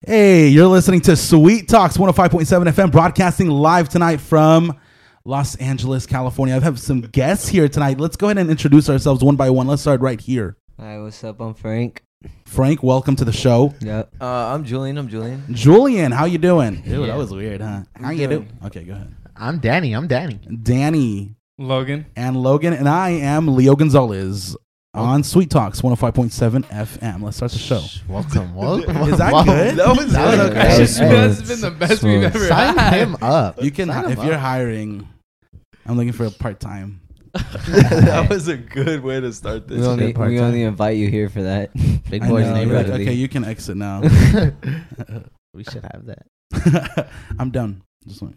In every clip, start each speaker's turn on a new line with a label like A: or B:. A: Hey, you're listening to Sweet Talks 105.7 FM, broadcasting live tonight from Los Angeles, California. I have some guests here tonight. Let's go ahead and introduce ourselves one by one. Let's start right here.
B: Hi, what's up? I'm Frank.
A: Frank, welcome to the show.
B: Yep.
C: Uh, I'm Julian. I'm Julian.
A: Julian, how you doing? Ew,
C: Yeah.
A: that was weird, huh? How
C: I'm
A: you
C: good.
A: doing? Okay, go ahead.
D: I'm Danny. I'm Danny.
A: Danny
E: Logan.
A: and Logan, and I am Leo Gonzalez
D: Oh.
A: on Sweet Talks 105.7 FM. Let's start the show.
D: Welcome. welcome.
A: Is that
D: Wow.
A: good?
C: That was
D: That was
C: good.
D: okay.
B: was
D: Hey,
B: smooth.
E: That's been the best we've ever
D: sign
E: had.
D: him up.
A: You can,
D: Sign him
A: if you're
D: up.
A: hiring, I'm looking for a part time.
C: that was a good way to start
B: We
C: this.
B: only,
D: good part
B: we
D: time.
B: only invite you here for that.
D: big
A: I
D: boy's
A: know.
D: name.
A: You're like,
B: Neighborhood.
A: okay, you can exit now.
D: we should have that.
A: I'm done. Just like,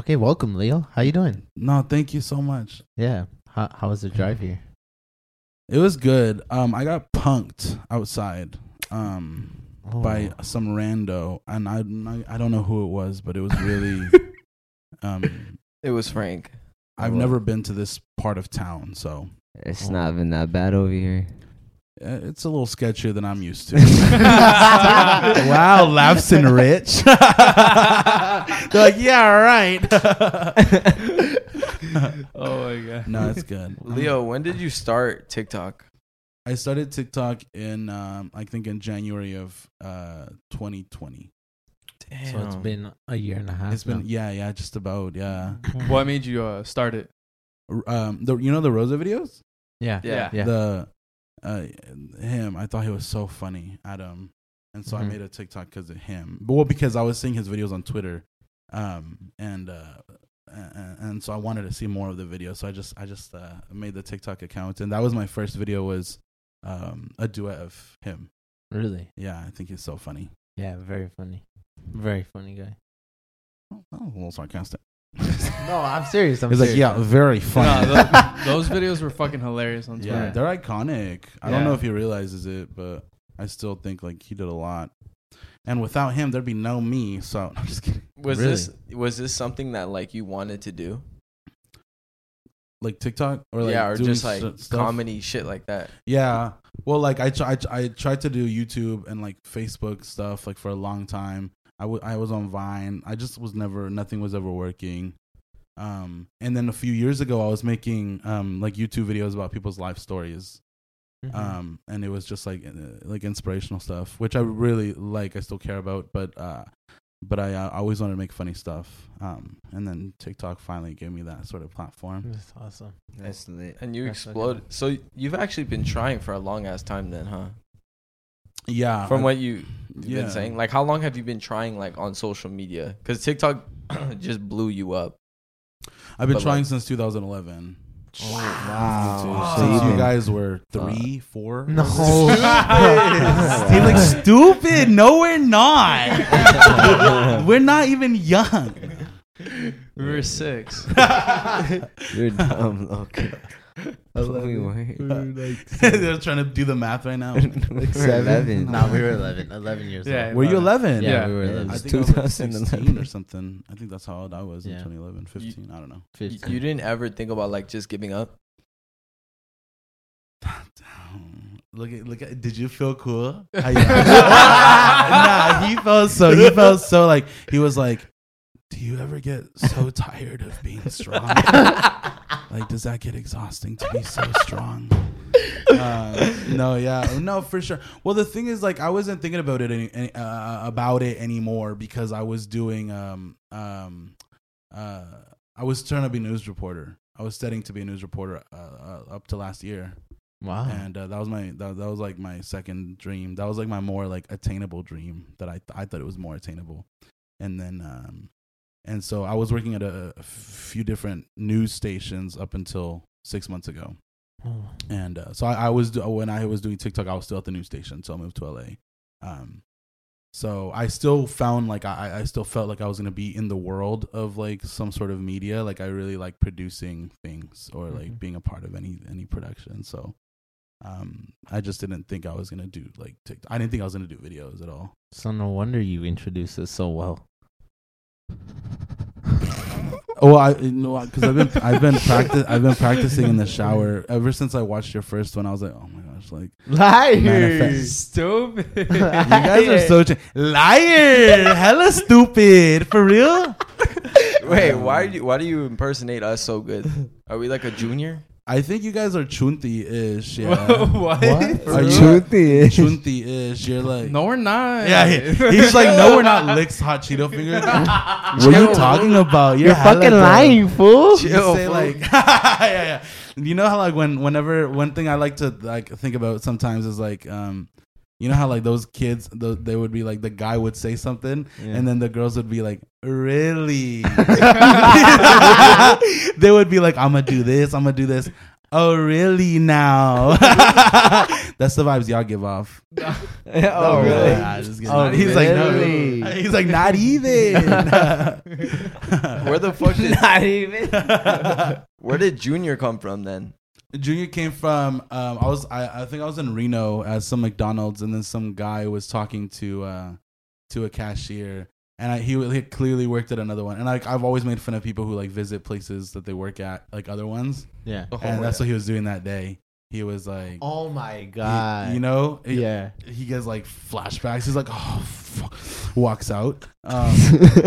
D: Okay, welcome, Leo. How you doing?
A: no, thank you so much.
D: Yeah. How, how was the drive here?
A: It was good. Um, I got punked outside. Um,
D: Oh.
A: by some rando, and I I'm not- I don't know who it was, but it was really. um,
C: It was Frank.
A: I've
D: Well.
A: never been to this part of town, so
B: It's not been that bad over here.
A: uh, it's a little sketchier than I'm used to. wow, laughs and rich. They're like, yeah, all right.
E: Oh my god.
A: no, it's good. Um,
C: Leo, when did you start TikTok?
A: I started TikTok in um, I think in January of uh 2020.
C: Damn.
D: So it's been a year and a half.
A: It's been
D: now.
A: yeah, yeah, just about yeah.
E: What made you uh, start it?
A: R- Um, the you know the Rosa videos?
D: yeah.
C: yeah.
D: Yeah.
A: The uh, him, I thought he was so funny, Adam, and so I
E: Mm-hmm.
D: Mhm.
A: made a TikTok because of him. But well, because I was seeing his videos on Twitter, um, and uh, and, and so I wanted to see more of the videos. So I just I just uh, made the TikTok account, and that was my first video was um a duet of him.
D: Really.
A: Yeah, I think he's so funny.
D: Yeah. Very funny. Very funny guy.
A: Oh, that was a little sarcastic.
D: No, I'm serious. I'm
A: He's like,
D: serious.
A: yeah, very funny.
E: No, tho- those videos were fucking hilarious on
A: yeah,
E: Twitter.
A: they're iconic. I don't
E: Yeah.
A: know if he realizes it, but I still think like he did a lot. And without him, there'd be no me. So I'm just kidding.
C: Was
D: Really?
C: this was this something that like you wanted to do?
A: Like TikTok or like
C: yeah, or
A: doing
C: just like
A: stu- stuff.
C: comedy shit like that.
A: Yeah. Well, like I, tr- I tr- I tried to do YouTube and like Facebook stuff like for a long time. I wa- I was on Vine. I just was never nothing was ever working. Um, and then a few years ago, I was making um like YouTube videos about people's life stories.
D: Mhm.
C: Mm-hmm.
A: um and it was just like uh, like inspirational stuff which i really like i still care about but uh but i uh, always wanted to make funny stuff um and then tiktok finally gave me that sort of platform
C: Mm.
D: That's awesome.
B: That's lit.
C: And you
D: That's okay.
C: exploded. So you've actually been trying for a long ass time then, huh?
A: yeah
C: From
A: I-
C: what you've
A: yeah.
C: been saying, like how long have you been trying like on social media? Because TikTok just blew you up.
A: i've been
C: but,
A: trying
C: like- Oh,
A: since 2011
B: Wow.
A: since
B: So
A: you
B: you've been-
A: guys were three four
D: No.
A: He's like stupid. No, we're not. we're not even young.
E: We were six.
B: You're dumb, Logan. we weren't.
A: They're trying to do the math right now.
B: We were 11.
D: No, we were 11. 11 years
E: Yeah.
D: old.
A: Were you 11?
D: Yeah,
E: Yeah.
D: we were
B: Yeah.
D: 11.
A: I
B: It's
A: think I was like
B: 2011.
A: 16 or something. I think that's how old I was in
D: Yeah.
A: 2011, 15. I don't know.
C: You,
D: 15.
C: you didn't ever think about like just giving up?
A: Look at look at. Did you feel cool? How you- nah, he felt so. He felt so like he was like. Do you ever get so tired of being strong? like, does that get exhausting to be so strong? Uh, no, yeah, no, for sure. Well, the thing is, like, I wasn't thinking about it any, any, uh, about it anymore because I was doing um um uh I was trying to be a news reporter. I was studying to be a news reporter uh, uh, up to last year
D: Wow.
A: and uh, that was my that, that was like my second dream that was like my more like attainable dream that i i thought it was more attainable and then um and so i was working at a, a few different news stations up until six months ago
D: Oh.
A: and uh, so I, I was do- when I was doing TikTok, I was still at the news station, so I moved to LA. Um, so I still found like I, I- I still felt like I was gonna be in the world of like some sort of media. Like I really like producing things or like
D: Mhm.
A: being a part of any any production. So um, I just didn't think I was gonna do like TikTok. I didn't think I was gonna do videos at all.
D: So no wonder you introduced us so well.
A: Oh, I no, because I've been I've been practice I've been practicing in the shower ever since I watched your first one. I was like, oh my gosh, much like
D: Liars.
A: Manifest.
E: Stupid.
A: you guys are so ch- liar, hella stupid for real.
C: Wait, why do you, why do you impersonate us so good? Are we like a junior?
A: I think you guys are chunty ish. Yeah.
E: what?
A: What? Are you-
B: Chunti.
A: chunty ish. You're like
E: No, we're not.
A: Yeah, he- he's like, no, we're not licks hot Cheeto fingers. what are you talking about?
D: You're
A: hella
D: fucking
A: dumb.
D: lying, fool.
A: You
C: Chill,
A: say
C: fool.
A: like, yeah, yeah. You know how like when whenever one thing I like to like think about sometimes is like, um, you know how like those kids, tho- they would be like the guy would say something, and then the girls would be like, really? they would be like, I'm gonna do this, I'm gonna do this. Oh, really? Now that's the vibes y'all give off. Yeah,
B: Oh, really?
A: nah, just kidding.
B: Oh,
A: he's like,
B: really?
A: no. He's like, not even.
C: Where the fuck did
B: Not even.
C: where did junior come from then?
A: Junior came from. Um, I was. I, I think I was in Reno at some McDonald's, and then some guy was talking to uh, to a cashier, and I, he he clearly worked at another one. And like I've always made fun of people who like visit places that they work at, like other ones,
D: Yeah.
A: and that's what he was doing that day. He was like,
D: Oh my
A: he-
D: god.
A: you know, He-
D: Yeah.
A: He gets like flashbacks. He's like, oh, fuck. walks out. Um,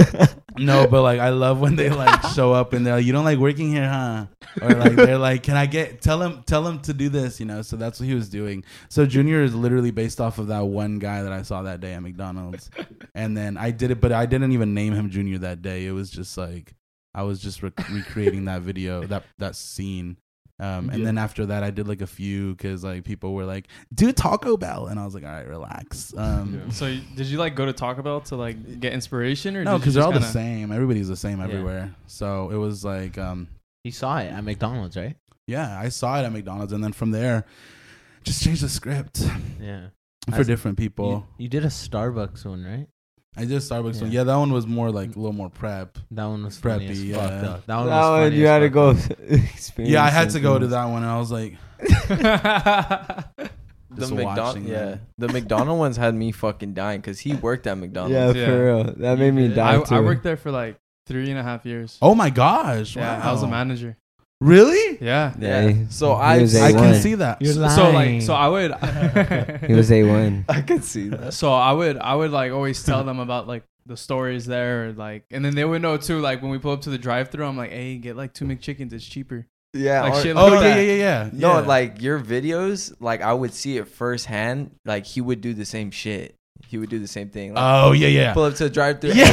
A: no, but like I love when they like show up and they're like, "You don't like working here, huh?" Or like they're like, "Can I get tell him tell him to do this?" You know. So that's what he was doing. So Junior is literally based off of that one guy that I saw that day at McDonald's, and then I did it, but I didn't even name him Junior that day. It was just like I was just rec- recreating that video that that scene. Um, and
E: Yeah.
A: then after that, I did like a few because like people were like, "Do Taco Bell," and I was like, "All right, relax." Um,
E: So y- did you like go to Taco Bell to like get inspiration or
A: No,
E: did you
A: because they're all
E: just
A: the
E: kinda-
A: same. Everybody's the same
D: Yeah.
A: everywhere. So it was like, um,
D: He saw it at McDonald's, right?
A: yeah, I saw it at McDonald's, and then from there, just change the script
D: Yeah.
A: for
D: That's-
A: different people.
D: You, you did a Starbucks one, right?
A: I did Starbucks yeah. one.
D: Yeah.
A: Yeah, that one was more like a little more prep.
D: That one was funny as
A: Preppy,
D: fuck,
A: yeah.
D: though. That
B: That
D: one was
B: one,
D: funny
B: you
D: as
B: had to
D: fuck,
B: go.
D: though.
B: experience
A: Yeah, I had to go to
B: something.
A: that one. I was like,
C: The
A: Just
C: McDonald,
A: watching
C: yeah,
A: them.
C: the McDonald ones had me fucking dying because he worked at McDonald's.
B: Yeah,
E: Yeah.
B: for real. That made me
E: I,
B: die too.
E: I worked there for like three and a half years.
A: oh my gosh,
E: yeah,
A: wow.
E: I was a manager.
A: Really?
E: Yeah.
C: Yeah.
B: Yeah.
C: So
B: He
C: I've
B: was
C: seen-
A: I
B: A1.
A: can see that.
D: You're lying.
E: So like, so I would.
B: He was a one.
C: I could see that.
E: so I would, I would like always tell them about like the stories there, or, like, and then they would know too. Like when we pull up to the drive-through, I'm like, "Hey, get like two McChickens. It's cheaper."
C: Yeah.
E: Like
C: or-
E: shit
A: oh
E: Look at
A: yeah, yeah,
E: that.
A: yeah, yeah.
C: No,
A: yeah.
C: like your videos, like I would see it firsthand. Like he would do the same shit. He would do the same thing. Like,
A: oh yeah, yeah.
C: pull up to a drive-through.
A: Yeah.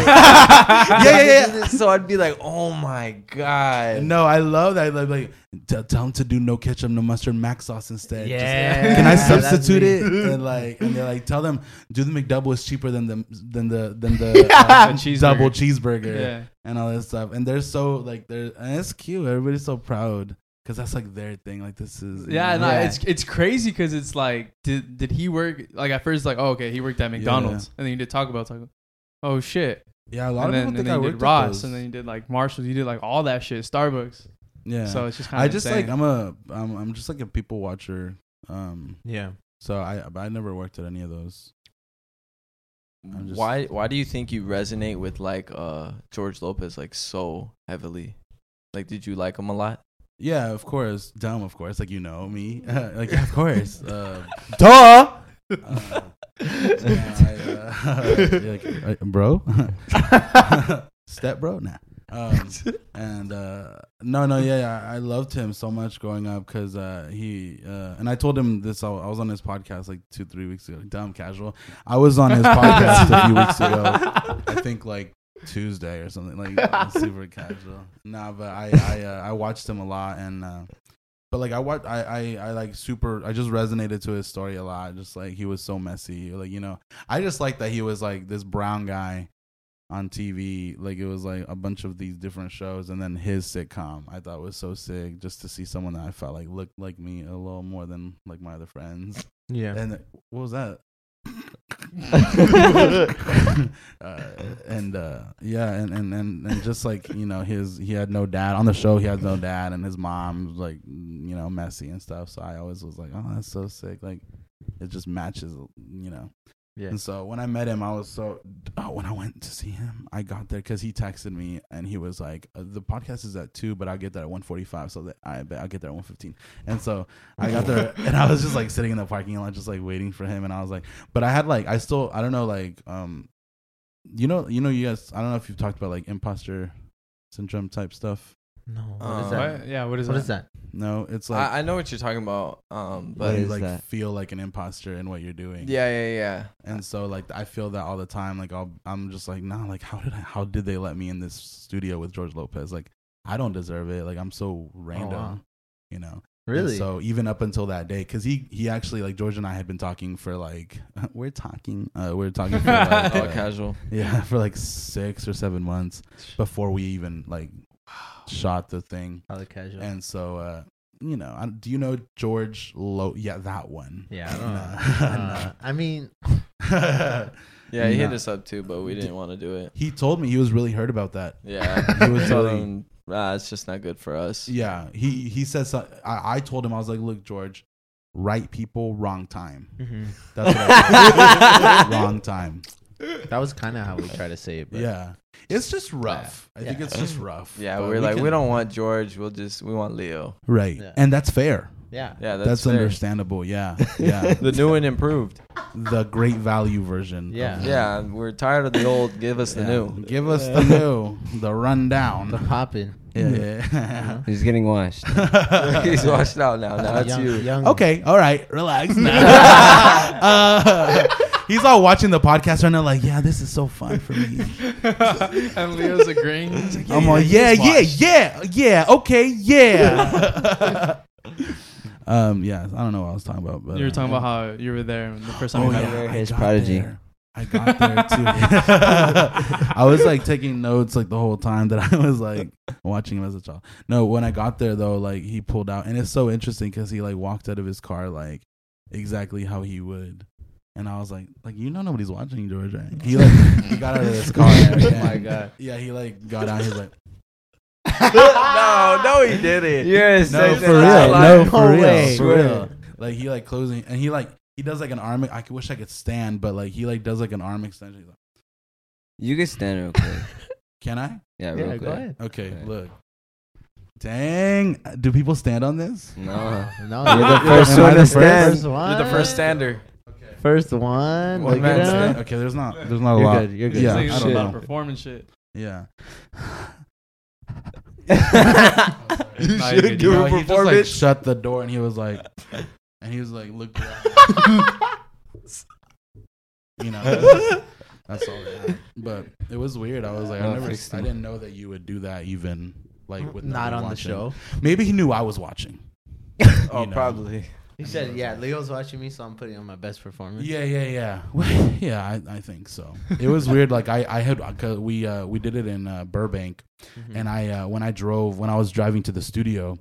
A: Yeah, yeah, yeah.
C: So I'd be like, oh my god.
A: No, I love that. Like, like t- tell him to do no ketchup, no mustard, mac sauce instead. Just-
D: Yeah.
A: can I
D: That's
A: substitute
D: me.
A: it? And like, and they're like, tell them do the McDouble is cheaper than the than the than the uh,
E: The cheeseburger.
A: double cheeseburger
E: Yeah.
A: and all this stuff. And they're so like they're and it's cute. Everybody's so proud because that's like their thing. Like this is
E: Yeah,
A: you
E: no,
A: know?
E: it's it's crazy because it's like, did did he work? Like at first, like, oh, okay, he worked at McDonald's, and then you did Taco Bell. Taco. Oh shit!
A: yeah. A lot
E: And
A: of
E: then,
A: people
E: and
A: think
E: then
A: I
E: you
A: worked
E: did
A: at
E: Ross,
A: those.
E: and then you did like Marshalls. You did like all that shit. Starbucks.
A: yeah.
E: So it's just kind of.
A: I just like I'm a I'm I'm just like a people watcher. Um,
D: Yeah.
A: so I but I never worked at any of those. I'm just-
C: why? Why do you think you resonate with like uh George Lopez like so heavily? Like, did you like him a lot?
A: Yeah, of course. Dumb, of course. Like you know me. like yeah, of course. Uh,
D: Duh.
A: uh, yeah, I, uh, you're like, "Uh, bro, step bro, nah. Um, and uh, no, no, yeah, yeah, I loved him so much growing up because uh, he uh, and I told him this. I I was on his podcast like two, three weeks ago. Dumb casual. I was on his podcast a few weeks ago. I think like Tuesday or something like super casual. Nah, but I I, uh, I watched him a lot and uh, but like I watch I, I I like super I just resonated to his story a lot. Just like he was so messy, like you know I just like that he was like this brown guy on TV. Like it was like a bunch of these different shows and then his sitcom. I thought was so sick just to see someone that I felt like looked like me a little more than like my other friends.
D: Yeah.
A: And what was that? uh, and uh, yeah, and, and and and just like you know, his he had no dad on the show. He had no dad, and his mom was like you know messy and stuff. So I always was like, oh, that's so sick. Like it just matches, you know.
D: Yeah.
A: And so when I met him, I was so oh, when I went to see him, I got there because he texted me and he was like, uh, "The podcast is at two, but I'll get there at 1.45, so that I bet I'll get there at 1.15. And so I got there and I was just like sitting in the parking lot, just like waiting for him. And I was like, but I had like I still I don't know like um, you know you know you guys I don't know if you've talked about like imposter syndrome type stuff.
D: No. What
C: Uh,
D: is that?
E: What? Yeah, what is
D: What
E: that?
D: is that?
A: No, it's like
C: I, I know what you're talking about. Um,
A: but
B: What
C: but
A: you
B: is
A: like
B: that?
A: feel like an imposter in what you're doing.
C: yeah, yeah, yeah.
A: And so like I feel that all the time. Like I'll, I'm just like, nah. Like how did I? How did they let me in this studio with George Lopez? Like I don't deserve it. Like I'm so random.
D: Oh, wow.
A: You know. And
D: Really?
A: so even up until that day, because he he actually like George and I had been talking for like we're talking uh, we're talking for like,
C: All
A: uh,
C: Oh, casual.
A: yeah for like six or seven months before we even like shot the thing.
D: Probably casual.
A: And so, uh, you know, I, do you know George Low? Yeah, that one.
D: yeah. I don't know.
A: Nah.
D: Uh, I mean,
A: Nah.
C: Yeah, he hit
A: Nah.
C: us up too, but we didn't want to do it.
A: he told me he was really hurt about that.
C: Yeah,
A: He was
C: we told
A: really-
C: him, ah, it's just not good for us.
A: Yeah, he he said. So, I, I told him I was like, look, George, right people, wrong time.
D: Mm-hmm.
A: That's what I said. wrong time.
D: that was kind of how we try to say it. But
A: Yeah, it's just rough. I think
D: Yeah.
A: it's just rough.
C: Yeah,
A: But
C: we're like,
A: can-
C: we don't want George. We'll just we want Leo.
A: right,
D: Yeah.
A: and that's fair.
D: Yeah.
C: Yeah, that's,
A: That's,
C: fair.
A: understandable. Yeah, yeah.
C: The new and improved.
A: the great value version. of
D: Yeah.
A: that.
C: Yeah, we're tired of the old. Give us the
A: Yeah.
C: new.
A: Give us the new, the rundown.
D: The popping.
A: Yeah.
B: He's getting washed.
C: Mm-hmm. He's washed out now. Now it's
D: young,
C: you.
E: Hmm.
D: Young.
A: okay, all right, relax. now. uh, he's all watching the podcast right now, like, yeah, this is so fun for me.
E: and Leo's agreeing. He's like,
A: I'm all, yeah, yeah, yeah, yeah, okay, yeah. um, yeah, I don't know what I was talking about, but
E: You were
A: uh,
E: talking about how you were there and the first time
A: Oh,
E: you met
A: yeah,
E: him.
B: You're
A: I
B: his
A: got
B: prodigy.
A: there. I got there too. I was like taking notes like the whole time that I was like watching him as a child. No, when I got there though, like he pulled out, and it's so interesting because he like walked out of his car like exactly how he would. And I was like, like you know nobody's watching George. Right? He like he got out of his car.
C: Oh my
A: and-
C: god.
A: Yeah, he like got out. He's like,
C: no, Oh, no, he didn't.
B: Yes,
A: no,
C: that's
A: for
C: not
A: real, no,
C: lying.
A: for
B: No
A: real,
B: way.
A: for real. Like he like closing, and he like he does like an arm. I wish I could stand, but like he like does like an arm extension. He's like,
B: You can stand real quick.
A: Can I?
B: Yeah, real
D: Yeah,
B: quick.
D: go ahead.
A: Okay,
B: Okay.
A: look. Dang, do people stand on this?
B: No.
D: No,
B: You're the
A: first
B: first
A: Am I
B: one
A: the
B: to
A: first?
B: stand.
D: First one.
C: You're the first stander.
D: First one.
C: One
D: Look
C: man
D: at
C: stand.
D: him.
A: Okay, okay, there's not, there's not a
D: You're
A: lot.
D: good, you're good.
A: Yeah,
E: He's
A: I
E: like,
A: don't
E: "Shit, I'm
A: know.
E: performing shit.
A: Yeah.
C: You
E: Nah, you're good. You
A: No, he just like shut the door and he was like, and he was like, look. you know, that's all. They had. But it was weird. I was like, I
B: Oh,
A: never,
B: fixed
A: I
B: him.
A: didn't know that you would do that even like with
D: Not
A: nobody
D: on the
A: watching.
D: show.
A: Maybe he knew I was watching.
C: oh,
A: you know.
C: probably.
D: He said, "Yeah, Leo's watching me, so I'm putting on my best performance."
A: Yeah, yeah, yeah. Well, yeah, I, I think so. It was weird. Like I, I had cause we uh, we did it in uh, Burbank, and I uh, when I drove when I was driving to the studio,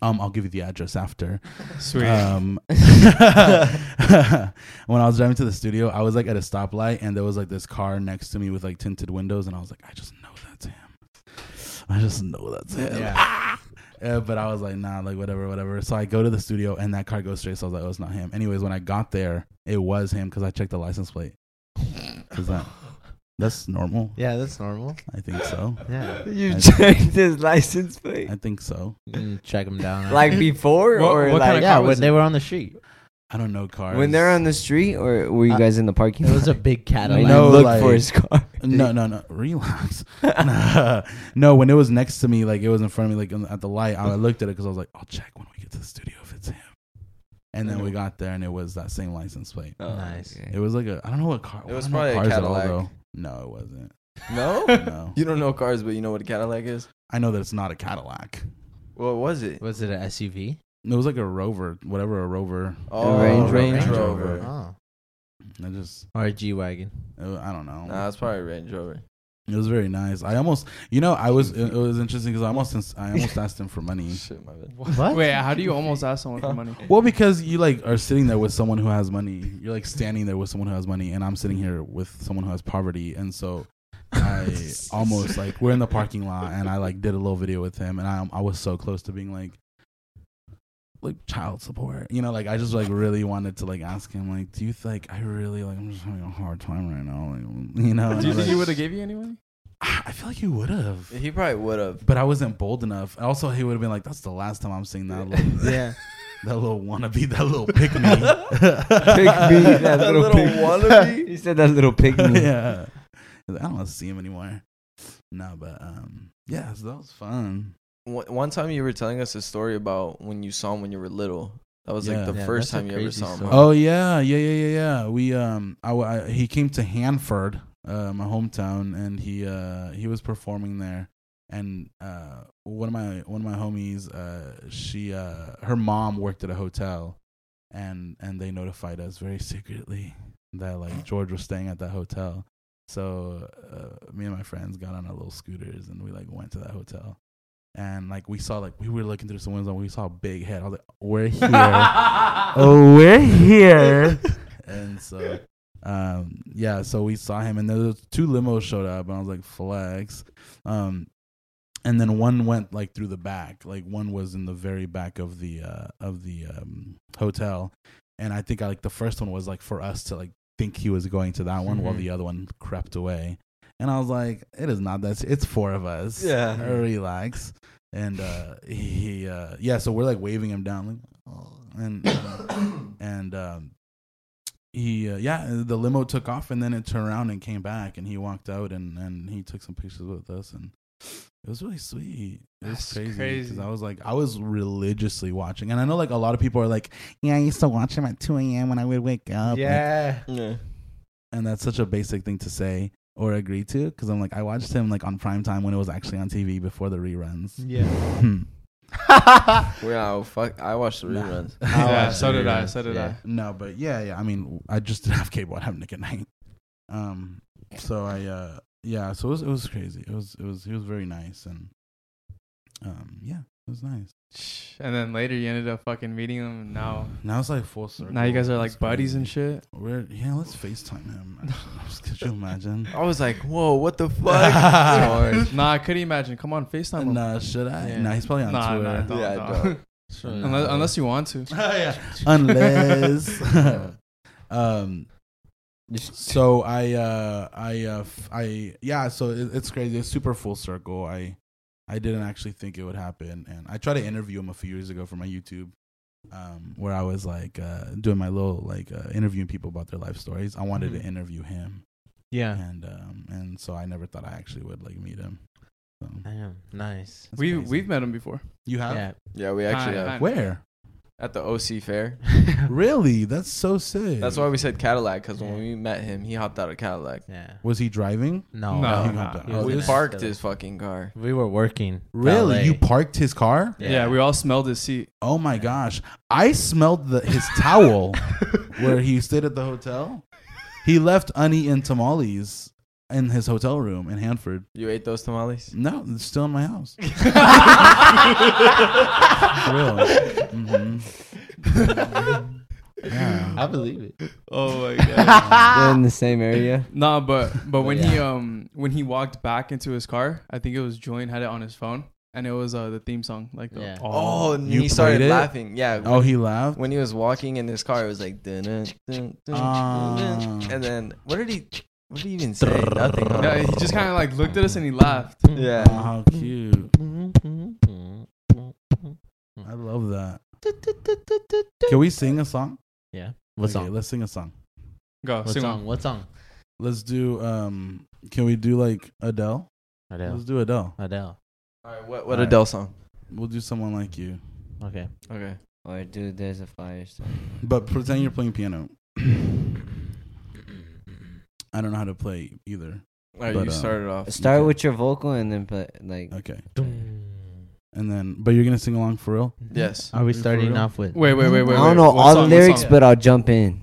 A: um, I'll give you the address after.
E: Sweet.
A: Um, when I was driving to the studio, I was like at a stoplight, and there was like this car next to me with like tinted windows, and I was like, I just know that's him. I just know that's him. Uh, but I was like, nah, like whatever, whatever. So I go to the studio and that car goes straight. So I was like, oh, it's not him. Anyways, when I got there, it was him because I checked the license plate. Is that that's normal?
D: yeah, that's normal.
A: I think so.
D: Yeah,
B: You
A: I-
B: checked his license plate.
A: I think so.
D: you can track them down.
B: Like before
E: What-
B: or
E: what
B: like
E: kind
D: yeah,
E: car was
D: when they
E: it?
D: were on the street,
A: I don't know cars.
B: when they're on the street or were you
D: Uh,
B: guys in the parking
D: it
B: lot?
D: was a big Cadillac.
A: I know,
B: look
A: like-
B: for his car.
A: no, no, no. Relax. no, when it was next to me, like it was in front of me, like in- at the light, I looked at it because I was like, I'll check when we get to the studio if it's him. And then
C: Mm-hmm.
A: we got there and it was that same license plate.
C: Oh,
D: Nice.
B: okay.
A: It was like a I don't know what car.
C: It was
A: I don't know
C: probably a
A: cars at all,
C: Cadillac.
A: though. No, it wasn't.
C: No,
A: No,
C: you don't know cars, but you know what a Cadillac is.
A: I know that it's not a Cadillac.
C: What was it?
D: Was it an SUV?
A: It was like a Rover, whatever a Rover.
C: Oh,
B: Range
C: Range
B: Rover.
C: Rover.
D: Oh,
A: I just,
D: or a G wagon.
A: it wa- I don't know.
C: Nah, it's probably a Range Rover.
A: It was very nice. I almost, you know, I was. It, it was interesting because I almost, I almost asked him for money.
C: Shit, my bad.
D: What?
E: Wait, how do you almost ask someone for money?
A: Well, because you like are sitting there with someone who has money. You're like standing there with someone who has money, and I'm sitting here with someone who has poverty. And so, I almost like we're in the parking lot, and I like did a little video with him, and I, I was so close to being like, like child support. You know, like I just like really wanted to like ask him like, do you think I really like I'm just having a hard time right now? Like, you know, and
E: Do you
A: I,
E: think
A: like, "Ah,
E: he would have gave you anyway?
A: I feel like he would have.
C: He probably would have.
A: But I wasn't bold enough. Also, he would have been like, "That's the last time I'm seeing that little,
D: Yeah.
A: that little wannabe, that little pick me,
B: Pick me, that
C: That
B: little,
C: little
B: pig.
C: wannabe?
B: He said that little pig me.
A: yeah, I don't want to see him anymore. No, but um, yeah, so that was fun.
C: One one time you were telling us a story about when you saw him when you were little. That was
A: Yeah.
C: like the
D: Yeah,
C: first
D: that's a
C: time you ever
D: crazy
C: saw him.
D: story.
C: huh?
A: Oh yeah, yeah, yeah, yeah, yeah. We um, I, w- I- he came to Hanford, uh, my hometown, and he uh he was performing there, and uh one of my one of my homies, uh she uh her mom worked at a hotel, and and they notified us very secretly that like George was staying at that hotel. So uh, me and my friends got on our little scooters and we like went to that hotel. And like we saw like we were looking through some windows and we saw a big head. I was like, We're here.
B: Oh, we're here.
A: and so um yeah so we saw him and those two limos showed up and i was like flex um and then one went like through the back like one was in the very back of the uh of the um hotel and i think i like the first one was like for us to like think he was going to that one while
D: Mhm.
A: the other one crept away and i was like it is not that it's four of us
C: Yeah.
A: relax and uh he uh yeah so we're like waving him down like oh, and uh, and um he uh, yeah the limo took off and then it turned around and came back and he walked out and and he took some pictures with us and it was really sweet it was
E: That's
A: crazy
E: crazy.
A: because i was like i was religiously watching and i know like a lot of people are like yeah i used to watch him at 2 a.m when i would wake up Like,
D: Yeah.
C: Yeah.
A: and that's such a basic thing to say or agree to because i'm like i watched him like on prime time when it was actually on tv before the reruns Hmm.
D: Yeah.
C: Wow, uh, fuck! I watched the
A: Nah.
C: reruns.
E: yeah,
D: watched
E: so
D: the
E: did I.
D: reruns,
E: So did
D: yeah.
A: No, but yeah, yeah. I mean, I just didn't have cable. I have Nick at night. Um, so I, uh, yeah. So it was, it was crazy. It was, it was, he was very nice, and um, yeah, it was nice.
E: I. And then later you ended up fucking meeting him, and now
A: Now it's like full circle.
E: now you guys are
A: It's
E: like buddies and shit.
A: crazy. We're yeah. Let's Facetime him. actually. Could you imagine?
C: I was like, whoa, what the fuck? George.
E: Nah, I couldn't imagine. Come on, Facetime him.
A: Nah, should I?
C: Yeah.
A: Nah, he's probably on
E: Nah, nah,
A: Twitter.
E: don't,
C: Yeah,
E: don't.
C: don't.
E: unless, unless you want to.
A: Unless, um, so I uh I uh f- I yeah so it, it's crazy it's super full circle I I didn't actually think it would happen and I tried to interview him a few years ago for my YouTube um where I was like uh doing my little like uh, interviewing people about their life stories I wanted
D: Mhm.
A: to interview him
D: Yeah.
A: and um and so I never thought I actually would like meet him so
D: Damn. Nice.
A: that's
E: We
A: crazy.
E: we've met him before.
A: you have
D: Yeah.
C: yeah, we actually
E: Hi,
C: have.
E: hi.
A: where
C: at the OC fair.
A: really that's so sick
C: That's why we said Cadillac because
D: Yeah.
C: when we met him, he hopped out of Cadillac.
D: yeah.
A: was he driving
D: No.
E: No,
A: he
E: nah.
A: hopped out.
D: He
A: Oh,
D: was
C: we
D: in
A: this-
D: a-
C: parked his fucking car.
D: We were working.
A: really
D: LA.
A: you parked his car
E: Yeah. we all smelled his seat.
A: Oh my gosh. I smelled the, his towel where he stayed at the hotel. He left uneaten tamales in his hotel room in Hanford.
C: You ate those tamales?
A: No, it's still in my house. For real. Mhm. Yeah.
D: I believe it.
E: Oh my god.
B: They're in the same area.
E: nah, but but when he
D: Yeah.
E: um when he walked back into his car, I think it was Join had it on his phone, and it was uh the theme song like the,
D: Yeah.
C: Oh, and
A: You
C: he started
A: played it?
C: laughing. Yeah. When,
A: Oh, he laughed?
C: when he was walking in his car, it was like, dun, dun, dun, dun, dun,
A: Ah.
C: dun. and then what did he? What did he even say? Nothing.
E: Oh, Yeah,
C: right?
E: he just kind of like looked at us and he laughed.
C: Yeah.
A: Oh, how cute. I love that. Can we sing a song?
D: Yeah. What
A: okay,
D: song?
A: let's sing a song.
E: Go
D: What
E: sing
D: song?
E: on.
D: What song?
A: Let's do um can we do like Adele?
D: Adele.
A: Let's do Adele.
D: Adele.
C: All right. What?
A: All
C: What
A: right.
C: Adele song?
A: We'll do someone like you.
D: Okay.
C: Okay.
B: Or dude, there's a fire
A: But pretend you're playing piano. I don't know how to play either.
C: All right.
A: But,
C: you
A: um,
C: started off.
B: Start with your vocal and then play like.
A: Okay. And then, but you're gonna sing along for real?
C: Yes.
D: Are we
A: Mm-hmm. For
D: starting
A: real?
D: off with?
E: Wait, wait, wait, wait.
B: I don't
E: wait.
B: know
E: What
B: all
E: song,
B: the
E: what
B: lyrics,
E: song?
B: but I'll jump in.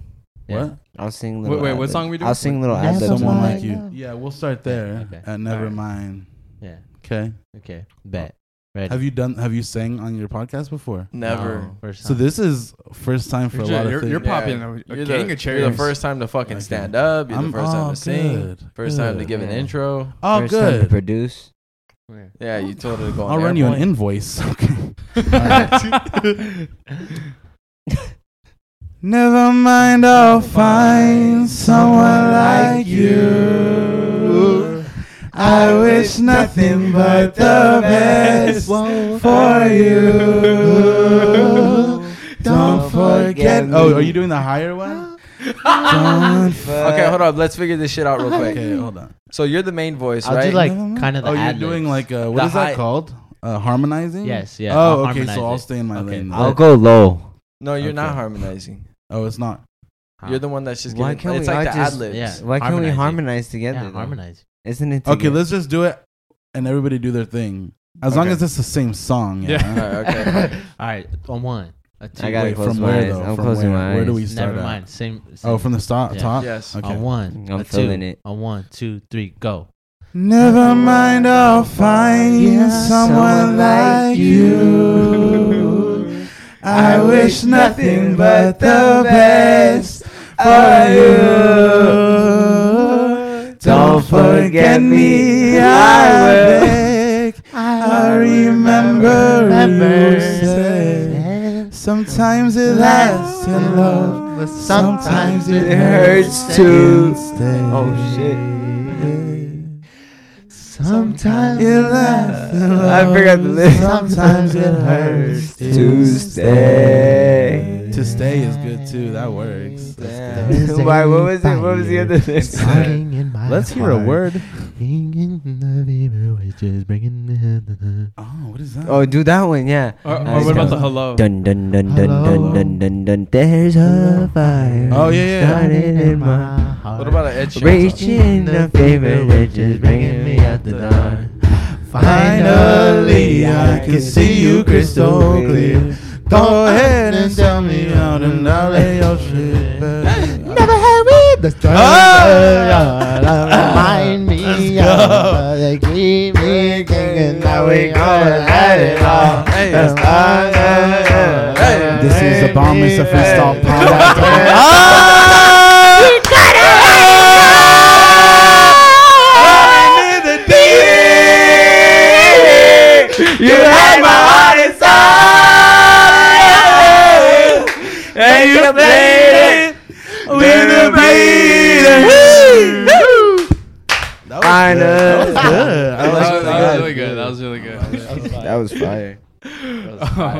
D: Yeah.
A: What?
B: I'll sing
E: Wait,
B: little.
E: wait, what
B: ad-libs.
E: song we doing?
B: I'll sing little
D: Never
B: ad libs.
A: Someone
D: mind.
A: like you. Yeah, we'll start there.
D: Okay.
A: At never
E: Alright.
A: mind.
D: Yeah.
A: Okay.
D: Okay. Bet. Ready.
A: Have you done? Have you sang on your podcast before?
C: Never.
D: No, first
A: So
D: time.
A: this is first time for a lot
E: You're,
A: of
E: you're,
A: things.
E: you're popping
C: Yeah.
E: a, a
C: You're the-
E: gang of cherries.
C: You're the first time to fucking
A: Okay.
C: stand up. You're the first time
A: oh,
C: to sing.
A: good,
C: First time to
A: good.
C: give an
B: Yeah.
C: intro.
A: Oh,
B: First time to
A: good.
B: produce.
D: Yeah.
C: Yeah, you told her to go.
A: I'll run you an invoice. Okay. Never mind, I'll find someone like you. I wish nothing but the best for you. Don't forget. Oh, are you doing the higher one? Don't forget.
C: Okay, hold up. Let's figure this shit out real quick.
A: Okay, hold on.
C: So you're the main voice,
D: I'll
C: right?
D: do like
A: Never mind.
D: kind of the
A: Oh, you're
D: ad-libs.
A: doing like uh, what
C: The
A: is that
C: high-
A: called? Uh, harmonizing.
D: Yes, yeah, I'll
A: Oh, okay.
D: harmonize
A: So I'll
D: it.
A: stay in my
D: Okay,
A: lane.
B: I'll
A: then.
B: go low.
C: no, you're not
A: Okay.
C: harmonizing.
A: Oh, it's not.
C: You're the one that's just
B: Why
C: giving.
B: can't
C: it's
B: we
C: like
B: all
C: the ad
B: just-
C: libs.
D: yeah.
B: Why can't we
D: Harmonizing.
B: harmonize together?
D: yeah,
B: though?
D: harmonize.
B: Isn't it
A: Okay,
B: together?
A: let's just do it, and everybody do their thing. As long
C: Okay.
A: as it's the same song.
E: Yeah.
A: Yeah.
C: okay.
D: All right, on one, a two.
B: I gotta
A: Wait,
B: close
A: from
B: my
A: where
B: eyes.
A: though?
B: I'm
A: from
B: closing
A: where?
B: my
A: Where do we
B: eyes.
A: start?
D: Never
A: at?
D: mind. Same. same.
A: Oh, from the sto-
D: Yeah.
A: top.
C: Yes.
A: Okay.
D: on one.
B: I'm
D: a
B: feeling
D: two,
B: it.
D: On one, two, three, go.
A: Never mind, I'll
B: Yeah,
A: find someone
B: someone like
A: like you. I wish nothing but the best for you. Don't forget me, I beg. I remember, you said. Sometimes it lasts in love, but sometimes it hurts too.
B: Oh, shit.
D: Sometimes
A: It lasts in
B: I
A: love,
B: forgot the lyrics.
A: Sometimes it hurts
B: To stay.
A: To stay is good too. That works. That's good.
D: Damn.
B: Why? What was it? What was the other thing?
D: Singing in my
A: Let's hear a
D: heart.
A: word.
D: Singing in the fever, which is bringing in
A: Oh, what is that?
B: Oh, do that one, yeah.
E: Or, or
B: Nice.
E: what about the hello?
B: Dun dun dun dun
D: Hello.
B: dun dun dun dun. There's a fire.
A: Oh, yeah, yeah.
B: Starting in my
D: heart.
C: What about an Ed Sheeran? song?
B: reaching the fever, which is bringing me out the dark.
A: Finally, I can see you crystal clear. Go ahead and tell me how to not let your shit burn.
D: Never had we the struggle.
A: Ah!
D: Remind
A: Let's
D: me
A: go.
D: of the keep me thinking that we gonna let it all.
C: Hey.
D: Hey.
A: This is a bomb. It's a freestyle Ah!
D: Hey.
A: podcast. Ah!
B: You had my heart inside, and you played it with a beat. I
A: That was
B: know.
A: good. I
E: That was,
A: like
E: that was
A: that.
E: really good. That was really good.
B: That was fire.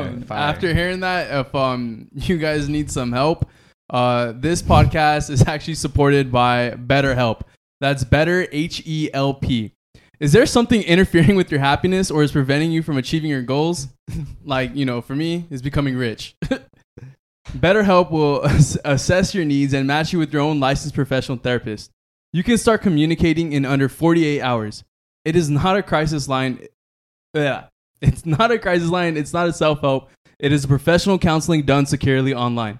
E: Um, After hearing that, if um you guys need some help, uh, this podcast is actually supported by BetterHelp. That's Better H E L P. Is there something interfering with your happiness or is preventing you from achieving your goals? like you know, for me, is becoming rich. BetterHelp will ass- assess your needs and match you with your own licensed professional therapist. You can start communicating in under 48 hours. It is not a crisis line. Yeah. It's not a crisis line. It's not a self help. It is professional counseling done securely online.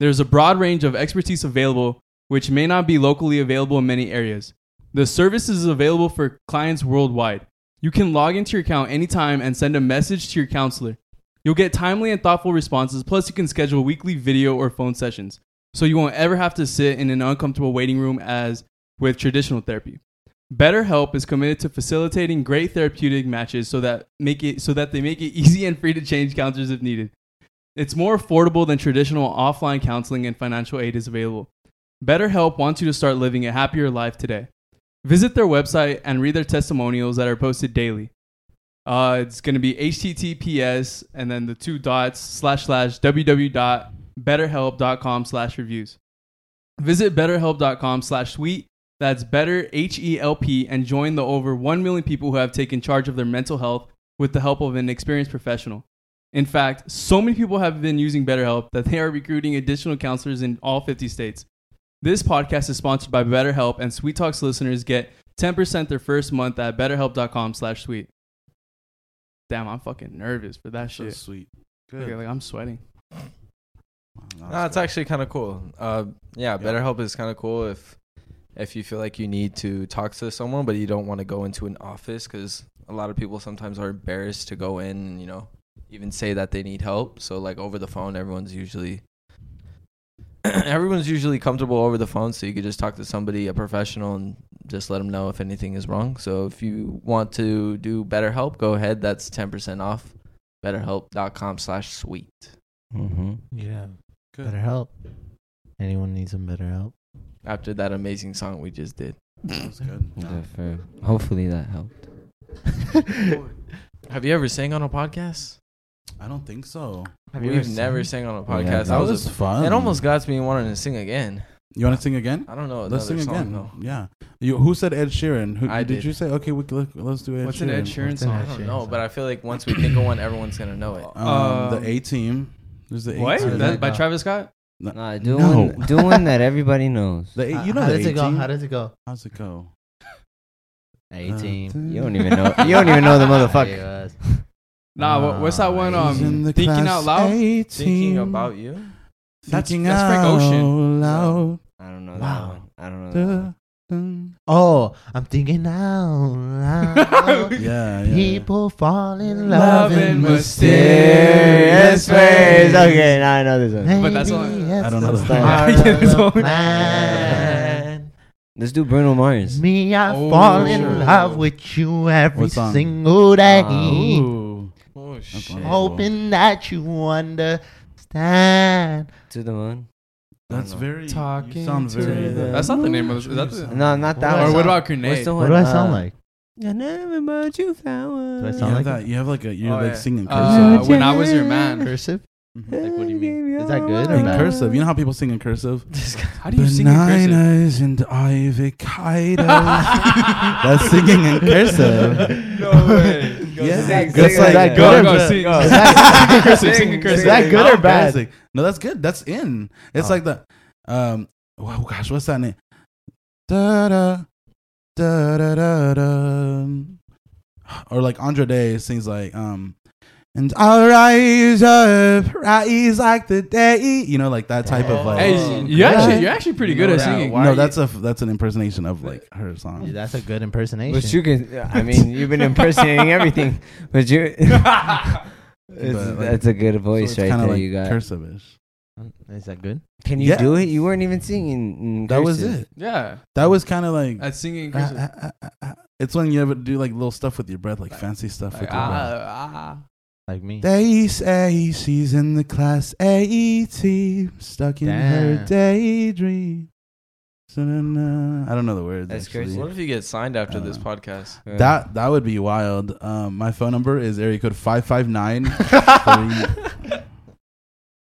E: There's a broad range of expertise available, which may not be locally available in many areas. The service is available for clients worldwide. You can log into your account anytime and send a message to your counselor. You'll get timely and thoughtful responses, plus, you can schedule weekly video or phone sessions, so you won't ever have to sit in an uncomfortable waiting room as with traditional therapy. BetterHelp is committed to facilitating great therapeutic matches so that make it so that they make it easy and free to change counselors if needed. It's more affordable than traditional offline counseling and financial aid is available. BetterHelp wants you to start living a happier life today. Visit their website and read their testimonials that are posted daily. Uh, it's going to be https and then the two dots slash slash www.betterhelp.com slash reviews. Visit betterhelp.com slash sweet that's better H E L P and join the over 1 million people who have taken charge of their mental health with the help of an experienced professional. In fact, so many people have been using BetterHelp that they are recruiting additional counselors in all 50 states. This podcast is sponsored by BetterHelp and Sweet Talks listeners get 10% their first month at betterhelp.com slash sweet. Damn, I'm fucking nervous for that
A: So
E: shit.
A: sweet.
E: Okay, like, I'm sweating.
C: No, it's actually kind of cool. Uh, yeah, BetterHelp is kind of cool if if you feel like you need to talk to someone, but you don't want to go into an office because a lot of people sometimes are embarrassed to go in and you know even say that they need help. So like over the phone, everyone's usually everyone's usually comfortable over the phone, so you could just talk to somebody, a professional, and just let them know if anything is wrong. So if you want to do BetterHelp, go ahead. That's 10% off. BetterHelp.com slash sweet.
D: Mm-hmm.
B: Yeah.
A: Good.
D: Better help. Anyone needs some better help?
C: After that amazing song we just did.
A: That was good.
B: Yeah, for- hopefully that helped.
C: Have you ever sang on a podcast?
A: I don't think so.
B: Have you
C: We've
B: ever
C: never
B: sang?
C: sang on a
B: Yeah,
C: podcast.
B: that
A: That
C: That was
A: was fun.
C: it almost got me wanting to sing again.
A: You want to sing again?
C: I don't know.
A: Let's sing
C: another song,
A: again.
C: though.
A: Yeah. You, who said Ed Sheeran? Who,
C: I
A: did,
C: did.
A: you say? Okay, we, let, let's do Ed
E: What's
A: Sheeran.
E: an Ed Sheeran
D: What's an
E: song?
D: Ed
C: I don't
D: Sheeran
C: know,
D: song?
C: but I feel like once we think of one, everyone's gonna know it.
A: Um,
E: Um,
A: the A Team. There's the A
E: What?
A: Team.
E: That, by
D: No.
E: Travis Scott?
B: Nah, do
A: No.
B: one, do one that everybody knows.
A: The A- you know
D: how
A: the
D: does
A: A
D: it go?
A: Team?
D: How does it go?
A: How's it go?
B: A
A: Uh,
B: team. You don't even know.
F: Uh,
B: You don't even know the motherfucker.
D: Yeah,
E: Nah, what, what's that one?
A: Uh, He's in
E: Um,
A: the
E: thinking
A: class
E: out loud.
A: A
C: Thinking
A: team.
C: about you.
E: That's-
A: Thinking
E: that's Frank
A: out
E: Ocean.
A: loud.
B: I don't know
A: Wow.
B: that one. I don't know. That one.
A: Dun, dun.
D: Oh, I'm thinking now.
A: Yeah, yeah.
D: People fall in love
E: Love in
D: in
E: mysterious
D: mysterious
E: ways.
D: ways.
B: Okay, now I know this one.
E: But that's all-
D: Maybe it's
A: I don't know
D: the
A: that.
D: start
E: Yeah,
D: of
E: that's
D: a
E: all-
D: plan.
B: Let's do Bruno Mars.
D: Me, I
E: Oh.
D: fall in love with you every
A: What song?
D: single day.
B: Oh.
A: Ooh.
C: Oh
A: shit.
D: Hoping that you understand.
B: To the one.
A: That's
B: know.
A: very.
E: Talking
A: You sound
E: to
A: very.
E: the- That's not the name of this-
A: You
E: that's the-
A: sound-
B: No, not that.
D: Or
B: one.
E: Or
D: That's
E: what
D: all-
E: about
B: What's
E: Grenade?
B: the
D: What
B: one?
D: do I sound
B: Uh,
D: like?
B: I never bought you flowers.
D: Do I
A: You
D: sound
A: have
D: like
A: that. You have like a. You're
C: Oh,
A: like
C: yeah.
A: singing
E: Uh,
A: cursive.
E: when I was your man.
D: cursive?
A: Mhm.
D: Like, what do you mean? Is that good or
A: In
D: bad?
A: cursive. You know how people sing in cursive.
E: How do you sing in cursive?
A: Bananas and ivy That's singing in cursive.
C: No way.
A: Yeah.
B: sing,
A: That's
B: sing,
A: like- Go,
B: sing.
E: Go,
B: Good or
E: go,
B: bad?
E: sing.
B: Go.
E: Sing in cursive, sing in cursive.
B: Is that good or bad?
A: Classic. No, that's good. That's in. It's
B: Oh.
A: like the um wow gosh, what's that name? Da da da da da da Or like Andre Day sings like um and I'll rise up, rise like the day. You know, like that type of like.
E: Hey,
C: Oh,
E: you
A: yeah.
E: actually, you're actually pretty good
C: know
E: at
C: that.
E: singing.
C: Why are
A: no,
C: you-
A: that's a that's an impersonation of like her song.
D: Yeah, that's a good impersonation.
B: But you can. I mean, you've been impersonating everything. But you. It's,
A: like-
B: that's a good
A: So
B: voice
A: it's
B: right
A: kinda
B: there.
A: like
B: you got.
A: cursive-ish.
D: Is that good?
B: Can you
A: Yeah.
B: do it? You weren't even singing. In
A: That was
B: cursive.
A: it.
E: Yeah,
A: That was kind of like
E: at singing in
A: Ah,
E: cursive.
A: ah, ah, ah, ah. It's when you ever do like little stuff with your breath, like fancy stuff with
E: Like,
A: your breath.
E: ah, ah.
D: Like me?
A: They say she's in the class A team, stuck in her
D: Damn.
A: daydream. Da-na-na. I don't know the words.
B: That's
A: actually.
B: crazy.
C: What if you get signed after
A: I don't
C: this
A: know.
C: podcast?
B: Uh,
A: That that would be wild. Um, my phone number is area code five five nine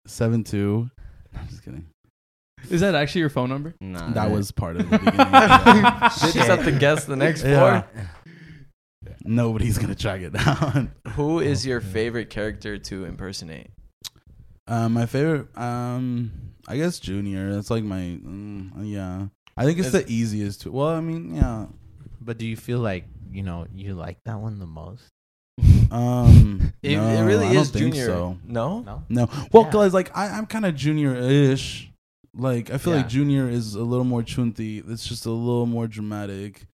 A: seven two. I'm just kidding.
E: ah. Is that actually your phone number?
B: Nah,
A: That was part of the beginning. Yeah.
C: They just have to guess the next
A: Yeah.
C: four.
A: Nobody's gonna track it down.
C: Who is your favorite character to impersonate?
A: Uh, my favorite, um, I guess Junior. That's like my, mm, yeah. I think it's,
C: It's-
A: the easiest. To, well, I mean, yeah.
D: But do you feel like, you know, you like that one the most?
A: Um,
C: It,
A: no,
C: it really
A: I don't
C: is
A: think
C: Junior.
A: So.
C: No?
D: No?
A: No, well,
D: Yeah.
A: cause like I, I'm kind of Junior-ish. Like I feel like
D: Yeah.
A: Junior is a little more chunty. It's just a little more dramatic,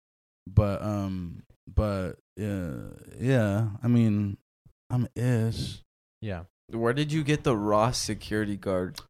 A: but um, but yeah, yeah. I mean, I'm ish.
D: Yeah.
C: Where did you get the raw security guard?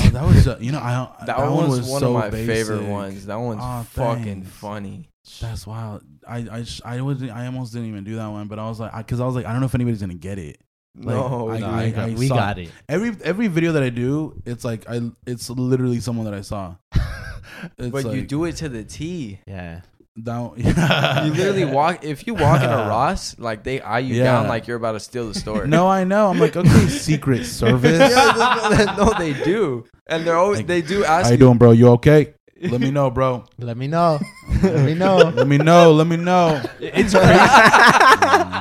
A: Oh, that was uh, you know I
C: That,
A: that,
C: one was, one
A: so
C: of my favorite
A: basic.
C: ones. That one's
A: Aw,
C: fucking
A: thanks.
C: funny.
A: That's wild. I I sh- I was I almost didn't even do that one, but I was like, I, cause I was like, I don't know if anybody's gonna get it. Like,
C: no,
A: I-
D: No,
A: I-
D: I got- we
A: saw-
D: got it.
A: Every every video that I do, it's like I it's literally someone that I saw. It's
C: but you
A: like,
C: do it to the T.
D: Yeah.
A: down.
C: You literally walk. If you walk in a Ross, like they eye you
A: Yeah.
C: down like you're about to steal the store.
A: No, I know. I'm like, okay, Secret Service.
C: Yeah, no, no, no, they do, and they're always
A: Like,
C: they do ask
A: How you doing, bro? You okay? Let me know, bro.
D: Let me know. Let me know.
A: Let me know. Let me know.
E: It's crazy.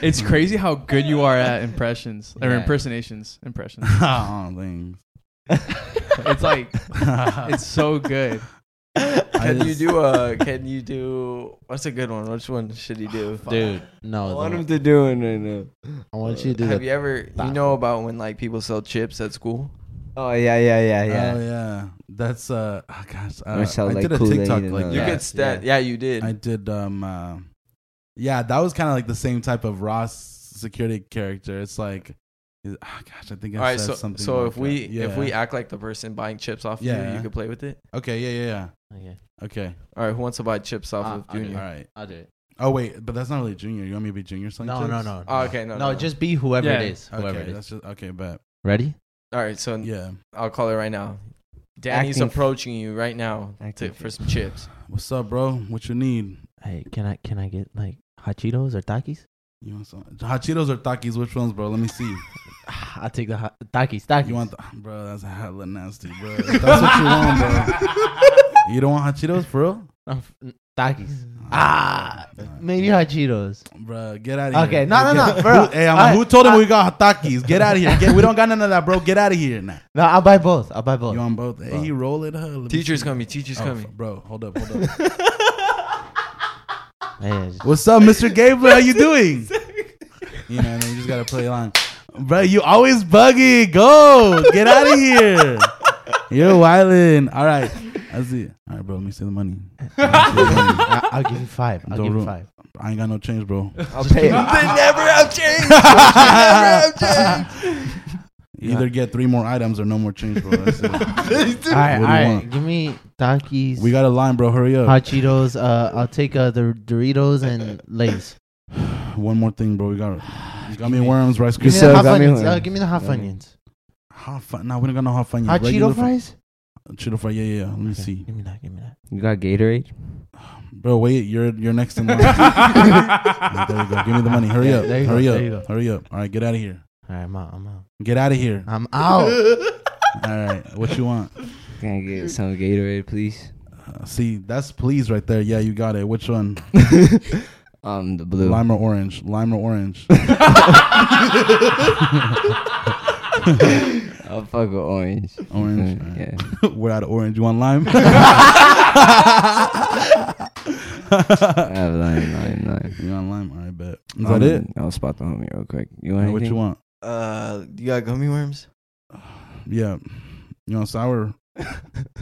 E: it's crazy how good you are at impressions or
D: Yeah.
E: impersonations. Impressions.
A: oh, thanks.
E: It's like it's so good.
A: I
C: Can you
A: just-
C: do a? Can you do? What's a good one? Which one should he do?
D: Dude, no.
B: I
D: the-
B: want him to do it right now.
D: I want you to do
C: Have
D: that.
C: you ever? You
D: That
C: know about when like people sell chips at school?
B: Oh yeah, yeah, yeah,
A: Oh
B: yeah.
A: yeah, that's uh. Oh, gosh, uh,
B: Or sell,
A: I
B: like,
A: did a
B: Kool-Aid
A: TikTok
B: and
A: like
B: all
A: that.
C: You
B: Yeah,
C: could stand. Yeah. you did.
A: Uh, I did. Um, uh, yeah, that was kind of like the same type of Ross security character. It's like Is- ah, gosh, I think I
C: All right,
A: said
C: so
A: something.
C: so
A: like
C: if we
A: that.
C: if
A: Yeah.
C: we act like the person buying chips off you,
A: Yeah.
C: you could play with it.
A: okay, yeah, yeah,
F: Okay,
A: yeah. Okay,
C: All right, who wants to buy chips off
F: Uh,
C: of
F: I'll do
A: all
C: Junior?
A: right.
F: I'll do it.
A: Oh wait, but that's not really junior. You want me to be junior? Sling
F: No,
A: chips?
F: no, no.
C: Oh, okay, no,
F: Ah, no,
C: no, no.
F: just be whoever
E: Yeah.
F: it is. Whoever it
A: Okay,
F: is.
A: that's just okay, but
F: Ready?
C: All right, so
A: yeah.
C: I'll call it right now. Danny's
B: Acting-
C: approaching you right now
B: Acting
C: to, for some chips.
A: What's up, bro? What you need?
F: Hey, can I can I get like hot Cheetos or Takis?
A: You want some hot Cheetos or Takis? Which ones, bro? Let me see.
F: I'll take the hot Takis. Takis.
A: You want, the, bro? That's hella nasty, bro. That's what you want, bro. You don't want hot Cheetos, for real?
F: No, f- n- Takis?
A: Ah,
F: Maybe hot Cheetos.
A: bro, get out of here.
F: Okay, no, no, no,
A: Get-
F: bro.
A: Who, hey, I'm,
F: I-
A: who told him
F: I-
A: we got Takis? Get out of here. Get, we don't got none of that, bro. Get out of here now.
F: No, I'll buy both. I'll buy
A: You
F: both.
A: on both? Hey, he roll it, huh? Let me
C: Teacher's
A: see.
C: coming. Teacher's
A: Oh,
C: coming.
A: f- bro, hold up, hold up.
F: Yeah, just-
A: What's up, Mr. Gabler? How you doing? you know, and then you just gotta play along. Bro, you always buggy. Go get out of here. You're wildin'. All right, I see. All right, bro. Let me see the money. Let me see the money.
F: I- I'll give you five. I'll
A: Don't
F: give you
A: room.
F: five.
A: I ain't got no change, bro.
C: I'll pay.
A: You either get three more items or no more change, bro. That's it.
F: All right, all
A: What do you
F: right.
A: want?
F: Give me Takis.
A: We got a line, bro. Hurry up.
F: hot Cheetos. Uh, I'll take uh the Doritos and Lay's.
A: One more thing, bro. We got you got me worms, rice
F: Give
B: Give
F: me
A: krispies.
B: me so-
F: the
B: the
F: half
B: got me
F: onions.
B: one.
F: Uh, give me the half
B: Got me.
F: onions.
A: Hot fun. Nah, we don't got no hot fun.
F: Hot Cheeto fries.
A: Cheeto fry. Yeah, yeah, yeah. Let me
F: Okay,
A: see,
F: Give me that. Give me that.
B: You got Gatorade?
A: bro. Wait, you're you're next in line. there you go. Give me the money. Hurry
F: Yeah,
A: up.
F: there you go,
A: Hurry
F: there you
A: up.
F: go.
A: Hurry up. All right, get out of here.
F: All right, I'm out. I'm out.
A: Get out of here.
F: I'm out.
A: All right, what you want?
B: Can I get some Gatorade, please?
A: Uh, see, that's please right there. Yeah, you got it. Which one?
B: um, the blue.
A: Lime or orange? Lime or orange?
B: I'll fuck with orange.
A: Orange.
B: Mm,
A: Alright.
B: Yeah.
A: We're out of orange. You want lime?
B: I have lime, lime, lime.
A: you want lime? All right, bet. Is
B: Um,
A: that it?
B: I'll spot the homie real quick. You
A: All
B: want
A: right, what you
B: anything?
A: want?
C: Uh, you got gummy worms?
A: Yeah. You want sour?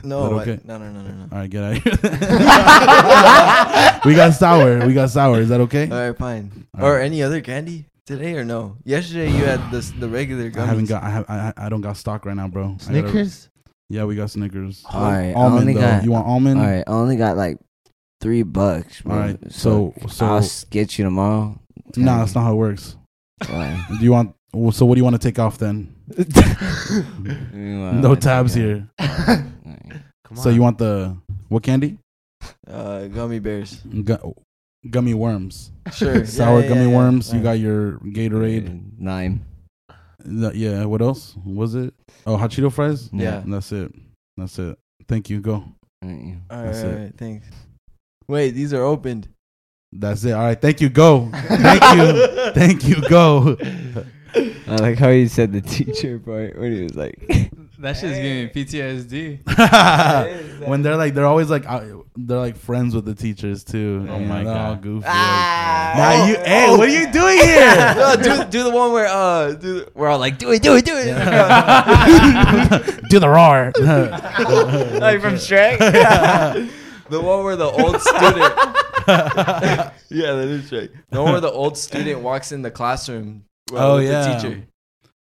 C: No,
A: But
C: I-
A: okay.
C: no, no, no, no, no.
A: All right, get out of here. we got sour. We got sour. Is that okay?
C: All right, fine.
A: All
C: Or
A: right.
C: any other candy today or no? Yesterday you had this the regular gummies.
A: I haven't got. I have. I, I I don't got stock right now, bro. I gotta-
F: Snickers.
A: yeah, we got Snickers.
B: All right, I
A: Almond
B: only
A: though.
B: got-
A: you want almond?
B: All right, I only got like three bucks, bro.
A: All right, So so
B: I'll s- get you tomorrow.
A: nah, that's not how it works.
B: Why?
A: Do you want? well, So what do you want to take off then?
B: Meanwhile,
A: No
B: I
A: tabs
B: think
A: here.
B: I- Alright.
F: Come
A: So you want the what candy?
C: uh, gummy bears.
A: Gu- gummy worms,
C: Sure. Yeah,
A: sour
C: yeah,
A: gummy
C: yeah, yeah.
A: worms. You
C: Right.
A: got your Gatorade.
B: Lime.
A: Th- Yeah. What else was it? Oh, hot Cheeto fries.
C: Yeah.
A: And that's it. That's it. Thank you. Go.
B: Alright.
C: All right,
A: That's
C: all
A: it.
C: right, thanks. Wait, these are opened.
A: That's it. All right. Thank you. Go. Thank you. Thank you. Go.
B: I like how you said the teacher part when he was like,
E: That shit's giving me PTSD.
A: when they're like, they're always like, out- they're like friends with the teachers too.
E: Oh
A: you know,
E: my
A: they're all
E: God.
A: goofy.
B: Ah.
A: like,
B: Oh.
A: now Ah. you, hey, what are you doing here?
C: no, do, do the one where uh, do, we're all like, do it, do it, do it.
A: Do the roar.
B: like from Shrek.
C: the one where the old student. yeah, that is right. The one where the old student walks in the classroom. uh,
A: Oh,
C: with
A: yeah.
C: The teacher.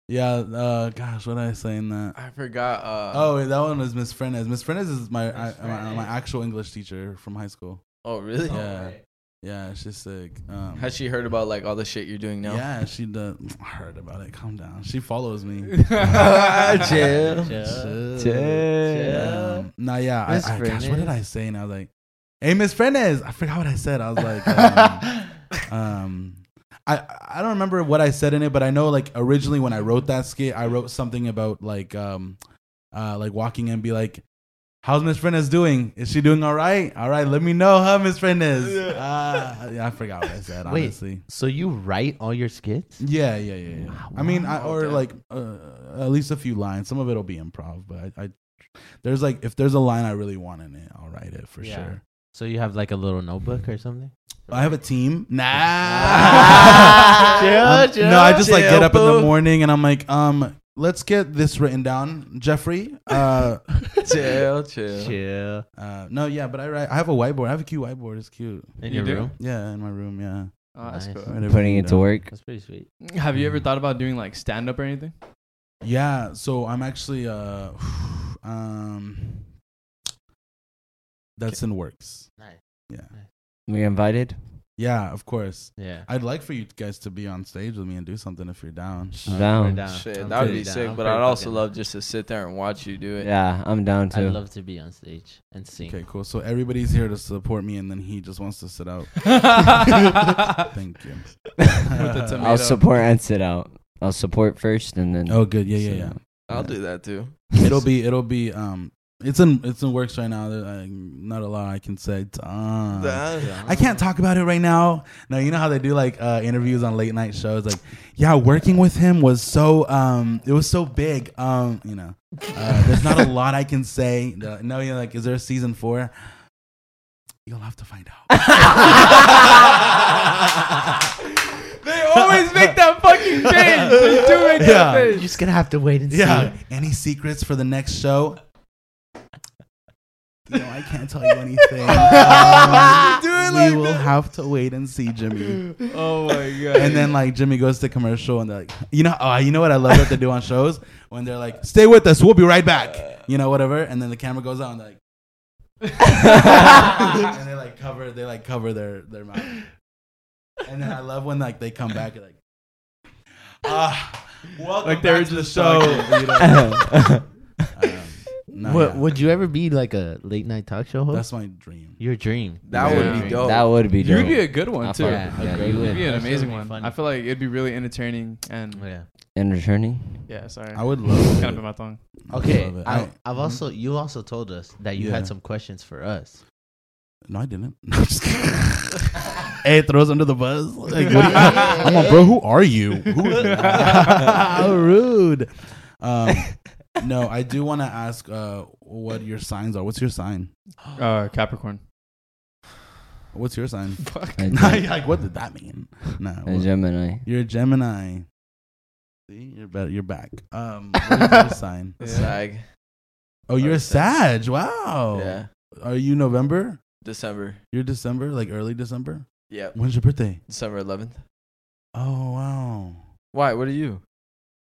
A: yeah. Uh, gosh, what did I say in that?
E: I forgot. Uh,
A: Oh, wait, that one was Miss Frenez. Miss Frenez is my I, my, my actual English teacher from high school.
C: Oh, really?
A: yeah, yeah, she's sick. Um,
C: Has she heard about like all the shit you're doing now?
A: Yeah, she does. I heard about it. Calm down. She follows me.
C: Ah, Chill.
A: Chill.
B: Yeah.
A: Um, nah, yeah. I,
F: Miss
A: I, gosh, what did
F: Frenez.
A: I say? And I was like, "Hey, Miss Frenez." I forgot what I said. I was like, um, um, I I don't remember what I said in it, but I know like originally when I wrote that skit, I wrote something about like um, uh, like walking in and be like. How's Miss Frenez doing? Is she doing all right? All right, let me know, huh, Miss Frenez? Ah, yeah, I forgot what I said,
F: Wait.
A: honestly.
F: So you write all your skits?
A: Yeah, yeah, yeah. yeah. I mean, I, or
C: Okay.
A: like uh, at least a few lines. Some of it'll be improv, but I, I there's like if there's a line I really want in it, I'll write it for
F: Yeah.
A: sure.
F: So you have like a little notebook or something?
A: I have a team. Nah.
F: Chill,
A: Um,
F: chill,
A: no, I just like get
C: chill,
A: up in the
C: boo.
A: morning and I'm like, um, let's get this written down, Jeffrey. Uh,
C: chill, chill.
F: Chill.
A: uh, no, yeah, but I write. I have a whiteboard. I have a cute whiteboard. It's cute.
F: In
E: You
F: your
E: do?
F: room?
A: Yeah, in my room. Yeah.
E: Oh, that's
F: Nice.
E: cool.
A: I never
B: Putting
A: knew
B: it
A: that.
B: to work.
F: That's pretty sweet.
E: Have you ever thought about doing like stand up or anything?
A: Yeah, so I'm actually uh um that's in works.
F: Nice.
A: Yeah.
B: We invited.
A: Yeah, of course.
F: Yeah.
A: I'd like for you guys to be on stage with me and do something if you're down.
B: down.
C: Shit, that would be sick. But I'd also love just to sit there and watch you do it.
B: Yeah, I'm down
F: I'd
B: too.
F: love to be on stage and sing.
A: Okay, cool. So everybody's here to support me and then he just wants to sit out. Thank you.
E: the tomato.
B: I'll support and sit out. I'll support first and then.
A: oh good. Yeah, yeah,
B: sit
A: yeah.
B: out.
C: I'll do that too.
A: It'll be it'll be um it's in it's in works right now. There- I- Not a lot I can say. Uh,
F: Uh-huh.
A: I can't talk about it right now. No, you know how they do like uh, interviews on late night shows. Like, yeah, working with him was so um, it was so big. Um, you know, uh, there's not a lot I can say. They're like, No, you're like, is there a season four? You'll have to find out.
E: they always make that fucking change. They do make
A: Yeah.
E: that
F: You're
E: change.
F: just gonna have to wait and
A: yeah.
F: see.
A: Any secrets for the next show? No, I can't tell you anything. Um, we will have to wait and see, Jimmy.
E: Oh my god.
A: and then like Jimmy goes to commercial and they're like, you know, oh, you know what I love that they do on shows when they're like, stay with us, we'll be right back, you know, whatever. And then the camera goes out and they're like, and they like cover, they like cover their their mouth. And then I love when like they come back and like, ah, welcome
E: Like
A: like
E: they were
A: back to the
E: just
A: show.
E: talking.
A: you know? Um, no,
F: Would-
A: yeah.
F: Would you ever be like a late night talk show host?
A: That's my dream.
F: Your dream.
C: That
E: Yeah.
C: would be dope.
B: that would be.
E: You'd be
B: dope.
E: a good one
B: I
E: too.
B: fuck- yeah,
F: Yeah, yeah,
B: you
F: you
E: It'd
B: would.
E: be an
F: That's
E: amazing
F: gonna be
E: one.
F: fun.
E: I feel like it'd be really entertaining and
F: Yeah.
B: And returning.
E: yeah, sorry.
A: I would love
E: kind of
A: it.
E: bit my tongue.
F: Okay.
A: love it.
F: I,
A: I- mm-hmm.
F: I've also you also told us that you
A: Yeah.
F: had some questions for us.
A: No, I didn't. I'm just kidding. hey, throws under the bus. Like, what do you-
F: Yeah.
A: come on, bro. Who are you? Who How rude. Um, no, I do want to ask uh, what your signs are. What's your sign?
E: Uh, Capricorn.
A: What's your sign?
B: A Gem-
A: like, what did that mean? No,
B: a
A: well,
B: Gemini.
A: you're a Gemini. See, you're better. You're back. Um, what's your sign?
C: Sag.
A: Oh, you're a
C: a Sag.
A: Sag. Wow.
C: Yeah.
A: Are you November?
C: December.
A: You're December, like early December.
C: Yep.
A: When's your birthday?
C: December 11th.
A: Oh wow.
C: Why? What are you?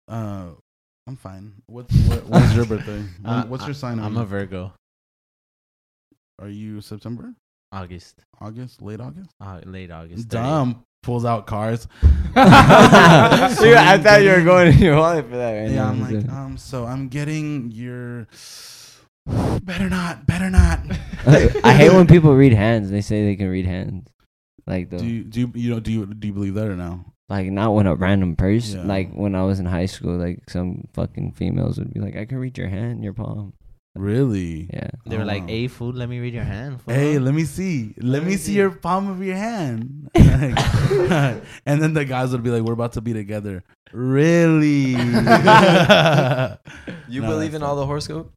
A: Uh, I'm fine. What's what, what's your birthday? When-
F: Uh,
A: what's your sign?
F: I'm
A: are
F: a
A: you?
F: Virgo.
A: Are you September,
F: August.
A: August, late August?
F: Uh, late August. 30.
A: Dumb pulls out cars.
B: Dude, I thought you were going in your wallet for that. Right
A: Yeah,
B: now.
A: I'm like, um, so I'm getting your. Better not, better not. uh,
B: I hate when people read hands. They say they can read hands. Like the
A: Do you do you, you know do you do you believe that or no?
B: like not when a random person
A: Yeah.
B: like when I was in high school, like some fucking females would be like, I can read your hand, your palm.
A: Really?
B: Yeah.
F: They were like,
A: Oh.
F: "Hey, food, let me read your hand." fool."
A: Hey, let me see. Let, me see your palm of your hand. and then the guys would be like, "We're about to be together." Really?
C: You
A: No,
C: believe
A: that's
C: in all the horoscope?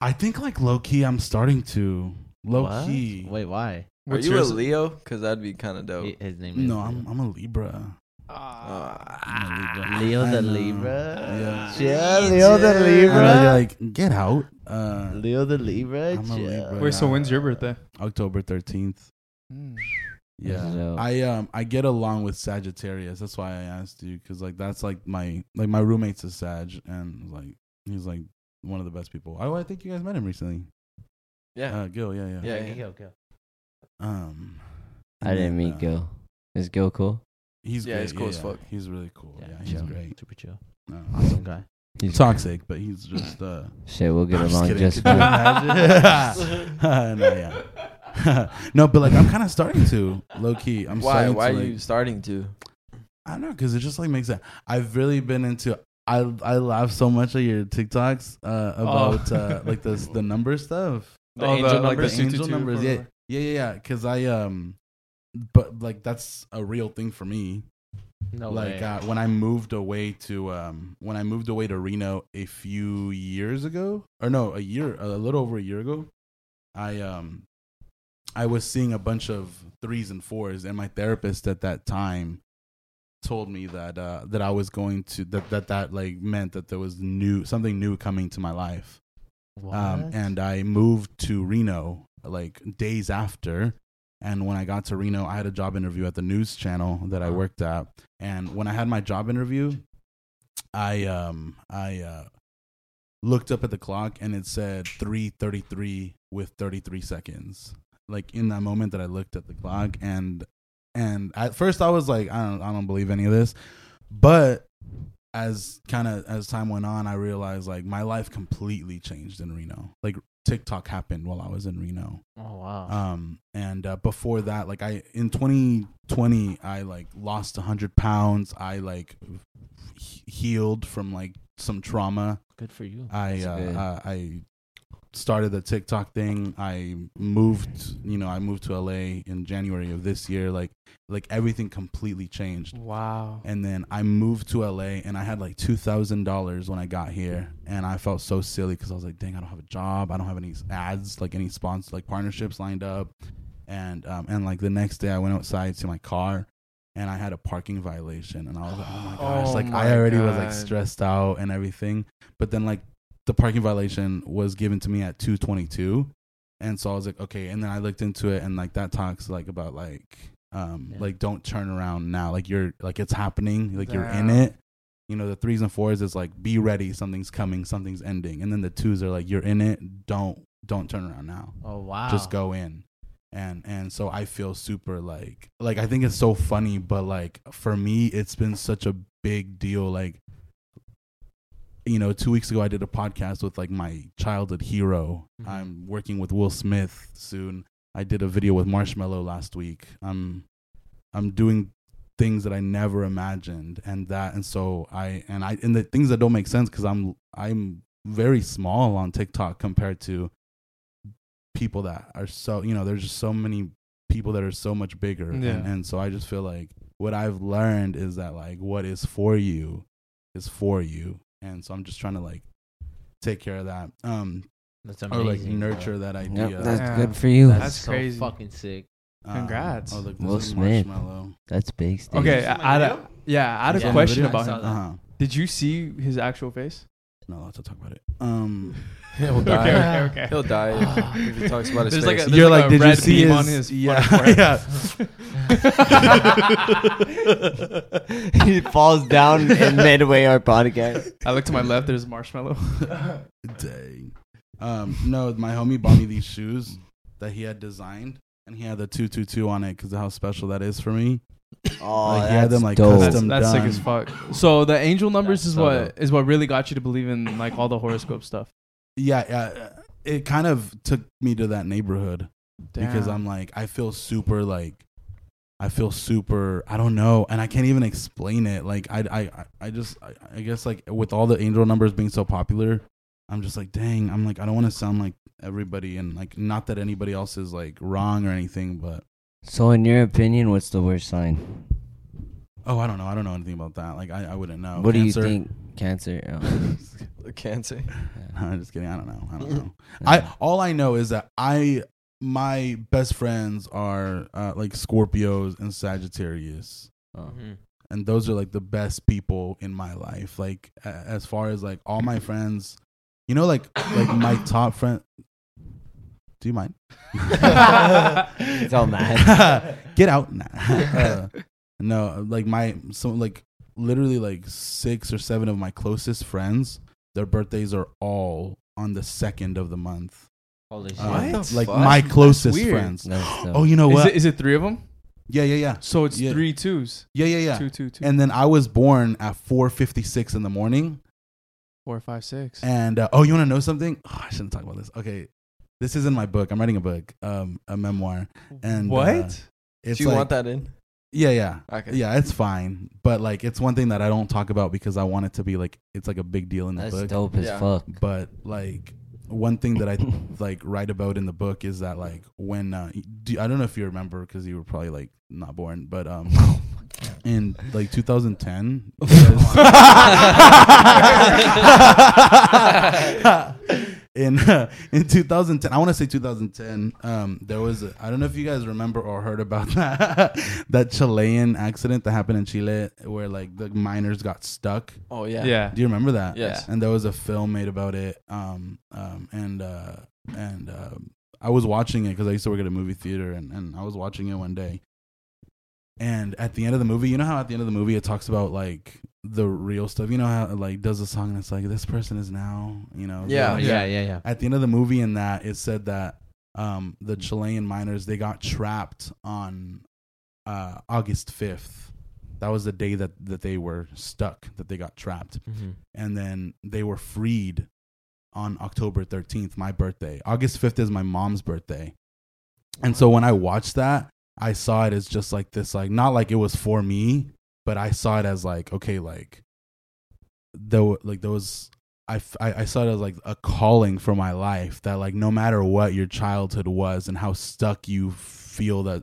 A: I think like low key, I'm starting to low
F: What?
A: key. Oh.
F: Wait, why?
C: Are
E: What's
C: you a
E: yours?
C: Leo? Because that'd be kind of dope.
F: He- His name is
A: No, I'm I'm a Libra.
E: Ah.
C: Uh,
A: I'm a
F: Leo
A: I
F: the
A: know.
F: Libra.
A: Yeah.
F: Chill, Leo the
A: I know, you're
F: Libra.
A: like get out. Uh,
F: Leo the Libra.
A: I'm a
F: chill.
A: Libra.
E: Wait, so when's your birthday?
A: October thirteenth. Yeah,
B: So-
A: I um I get along with Sagittarius. That's why I asked you because like that's like my like my roommate's a Sag and like he's like one of the best people. Oh, I think you guys met him recently.
C: Yeah.
A: Uh, Gil, yeah, yeah.
C: Yeah.
F: Okay, go, go.
A: Um,
B: I
A: and then,
B: didn't meet
A: uh,
B: Gil. Is Gil cool?
A: He's
C: Yeah,
A: great,
C: he's cool as fuck.
A: He's really cool. Yeah,
F: Yeah,
A: he's
F: chill.
A: great.
F: Super chill.
A: No.
F: Awesome guy.
B: He's
A: toxic, but he's just uh
B: Shit, we'll get
A: I'm just
B: along
A: kidding.
B: just
A: Could you
B: fine.
A: imagine? no, yeah. no, but like I'm kind of starting to low key. I'm
C: Why?
A: starting
C: Why
A: to,
C: are
A: like,
C: you starting to?
A: I don't know because it just like makes it. I've really been into. I I laugh so much at your TikToks uh, about uh, like this the number stuff.
E: Oh, The angel
A: the
E: numbers,
A: angel
E: 222,
A: numbers, yeah,
E: whatever.
A: yeah, yeah, yeah. Because I um, but like that's a real thing for me.
F: No
A: like uh, when I moved away to um, when I moved away to Reno a few years ago, or no, a year, a little over a year ago, I um, I was seeing a bunch of threes and fours, and my therapist at that time told me that uh, that I was going to that that that like meant that there was new something new coming to my life. Um, and I moved to Reno like days after, And when I got to Reno, I had a job interview at the news channel that I worked at. And when I had my job interview, I um I uh, looked up at the clock and it said three thirty three with thirty three seconds. Like in that moment that I looked at the clock and and at first I was like, I don't I don't believe any of this, but as kind of as time went on, I realized like my life completely changed in Reno. Like TikTok happened while I was in Reno.
F: Oh wow.
A: Um, and uh, before that, like I in 2020, I like lost 100 pounds. I like he- healed from like some trauma.
F: Good for you.
A: I
C: That's
A: uh,
C: good.
A: uh, I started the TikTok thing. I moved, you know, I moved to LA in January of this year. Like like everything completely changed.
E: Wow.
A: And then I moved to LA and I had like $2,000 when I got here. And I felt so silly because I was like, dang, I don't have a job. I don't have any ads, like any sponsors, like partnerships lined up. And, um, and like the next day I went outside to my car and I had a parking violation. And I was like, oh my gosh,
E: Oh
A: like
E: my
A: I already was
E: God.
A: like stressed out and everything. But then like the parking violation was given to me at 222. And so I was like, okay. And then I looked into it and like that talks like about like, um,
F: Yeah.
A: like don't turn around now. Like you're like it's happening. Like you're in
E: Damn.
A: it. You know, the threes and fours is like be ready, something's coming, something's ending. And then the twos are like, you're in it, don't don't turn around now.
F: Oh wow.
A: Just go in. And and so I feel super like like I think it's so funny, but like for me it's been such a big deal. Like you know, two weeks ago I did a podcast with like my childhood hero.
F: Mhm.
A: I'm working with Will Smith soon. I did a video with Marshmello last week. I'm I'm doing things that I never imagined and that and so I and I and the things that don't make sense cuz I'm I'm very small on TikTok compared to people that are so you know there's just so many people that are so much bigger
E: Yeah.
A: and, and so I just feel like what I've learned is that like what is for you is for you and so I'm just trying to like take care of that um
F: That's
A: or
F: amazing.
A: like
F: bro.
A: nurture that idea
B: Yep, that's
E: Yeah.
B: good for you.
F: That's,
E: That's
F: so
E: crazy.
F: fucking sick.
A: Um,
E: Congrats.
A: oh, look,
B: Will
A: this is
B: Smith.
A: Marshmello.
B: That's big. Steve.
E: Okay,
F: see
E: I,
F: my
E: I had a-
F: video?
E: yeah, I had a
F: Yeah,
E: question
F: I
E: about
F: saw
E: him.
F: that.
A: uh-huh
E: Did you see his actual face?
A: not allowed to talk about it um
C: He'll die.
E: Okay, okay, okay.
C: He'll die if he talks about his
E: There's
C: face.
E: like a, there's
A: You're
E: like,
A: like,
E: a
A: "Did you
E: red
A: see
E: beam
A: his-
E: on his
A: yeah,
E: forehead.
B: he falls down in midway our podcast.
E: I look to my left. There's marshmallow.
A: Dang. Um, no, my homie bought me these shoes that he had designed, and he had the two two two on it because how special that is for me.
B: Oh,
A: Like,
B: that's
A: he had them, like,
B: dope.
E: That's,
A: Custom
E: that's sick
A: done.
E: as fuck. So the angel numbers
C: That's
E: is
C: so
E: what is
C: dope.
E: what really got you to believe in like all the horoscope stuff.
A: Yeah, yeah. uh, It kind of took me to that neighborhood because I'm like, I feel super like, I feel super. I don't know, and I can't even explain it. Like, I, I, I- I just, I, I guess, like with all the angel numbers being so popular, I'm just like, dang. I'm like, I don't want to sound like everybody, and like, not that anybody else is like wrong or anything, but
B: So, in your opinion, what's the worst sign?
A: Oh, I don't know. I don't know anything about that. Like, I, I wouldn't know.
B: what
A: Oh, Cancer?
B: do you think? Cancer. Oh,
C: cancer.
A: No, I'm just kidding. I don't know. I don't know. I all I know is that I my best friends are uh, like Scorpios and Sagittarius,
B: Oh.
A: and those are like the best people in my life. Like, a- as far as like all my friends, you know, like like my top friend. Do you mind?
B: He's all
A: mad. Get out. Nah. Uh, no, like my so like literally like six or seven of my closest friends, their birthdays are all on the second of the month.
F: Holy shit.
A: Uh,
C: What the
A: like
C: fuck?
A: my
C: That's
A: closest
E: weird.
A: friends.
B: That's dope.
A: Oh, you know
E: Is
A: what?
E: it, is it three of them?
A: yeah, yeah, yeah,
E: So it's
A: Yeah.
E: three twos.
A: yeah, yeah, yeah.
E: Two, two, two.
A: And then I was born at four fifty six in the morning.
E: Four, five, six.
A: And uh, oh, you want to know something? Oh, I shouldn't talk about this. Okay, this is in my book. I'm writing a book, um, a memoir. And
E: what?
A: uh, It's
C: Do you
A: like-
C: want that in?
A: Yeah, yeah.
C: Okay.
A: Yeah, it's fine, but like it's one thing that I don't talk about because I want it to be like it's like a big deal in the
B: That's
A: book.
B: dope as
C: Yeah.
B: fuck.
A: But like one thing that I like write about in the book is that like when uh, do, I don't know if you remember because you were probably like not born, but um in like 2010 in uh, in 2010 i want to say 2010 um there was I i don't know if you guys remember or heard about that that chilean accident that happened in chile where like the miners got stuck
C: Oh
E: Yeah.
C: yeah.
A: do you remember that
C: Yes.
A: and there was a film made about it um um and uh and um I was watching it because I used to work at a movie theater, and, and I was watching it one day. And at the end of the movie, you know how at the end of the movie it talks about like the real stuff. You know how it, like does a song and it's like this person is now, you know.
F: Oh,
C: Yeah,
A: like,
B: yeah, yeah, yeah.
A: At the end of the movie, in that it said that um, the Chilean miners they got trapped on uh, August fifth. That was the day that that they were stuck. That they got trapped
F: Mm-hmm.
A: and then they were freed on October 13th, my birthday. August 5th is my mom's birthday. And so when I watched that, I saw it as just like this like not like it was for me, but I saw it as like okay, like there were- like there was I, f- I- I saw it as like a calling for my life that like no matter what your childhood was and how stuck you feel that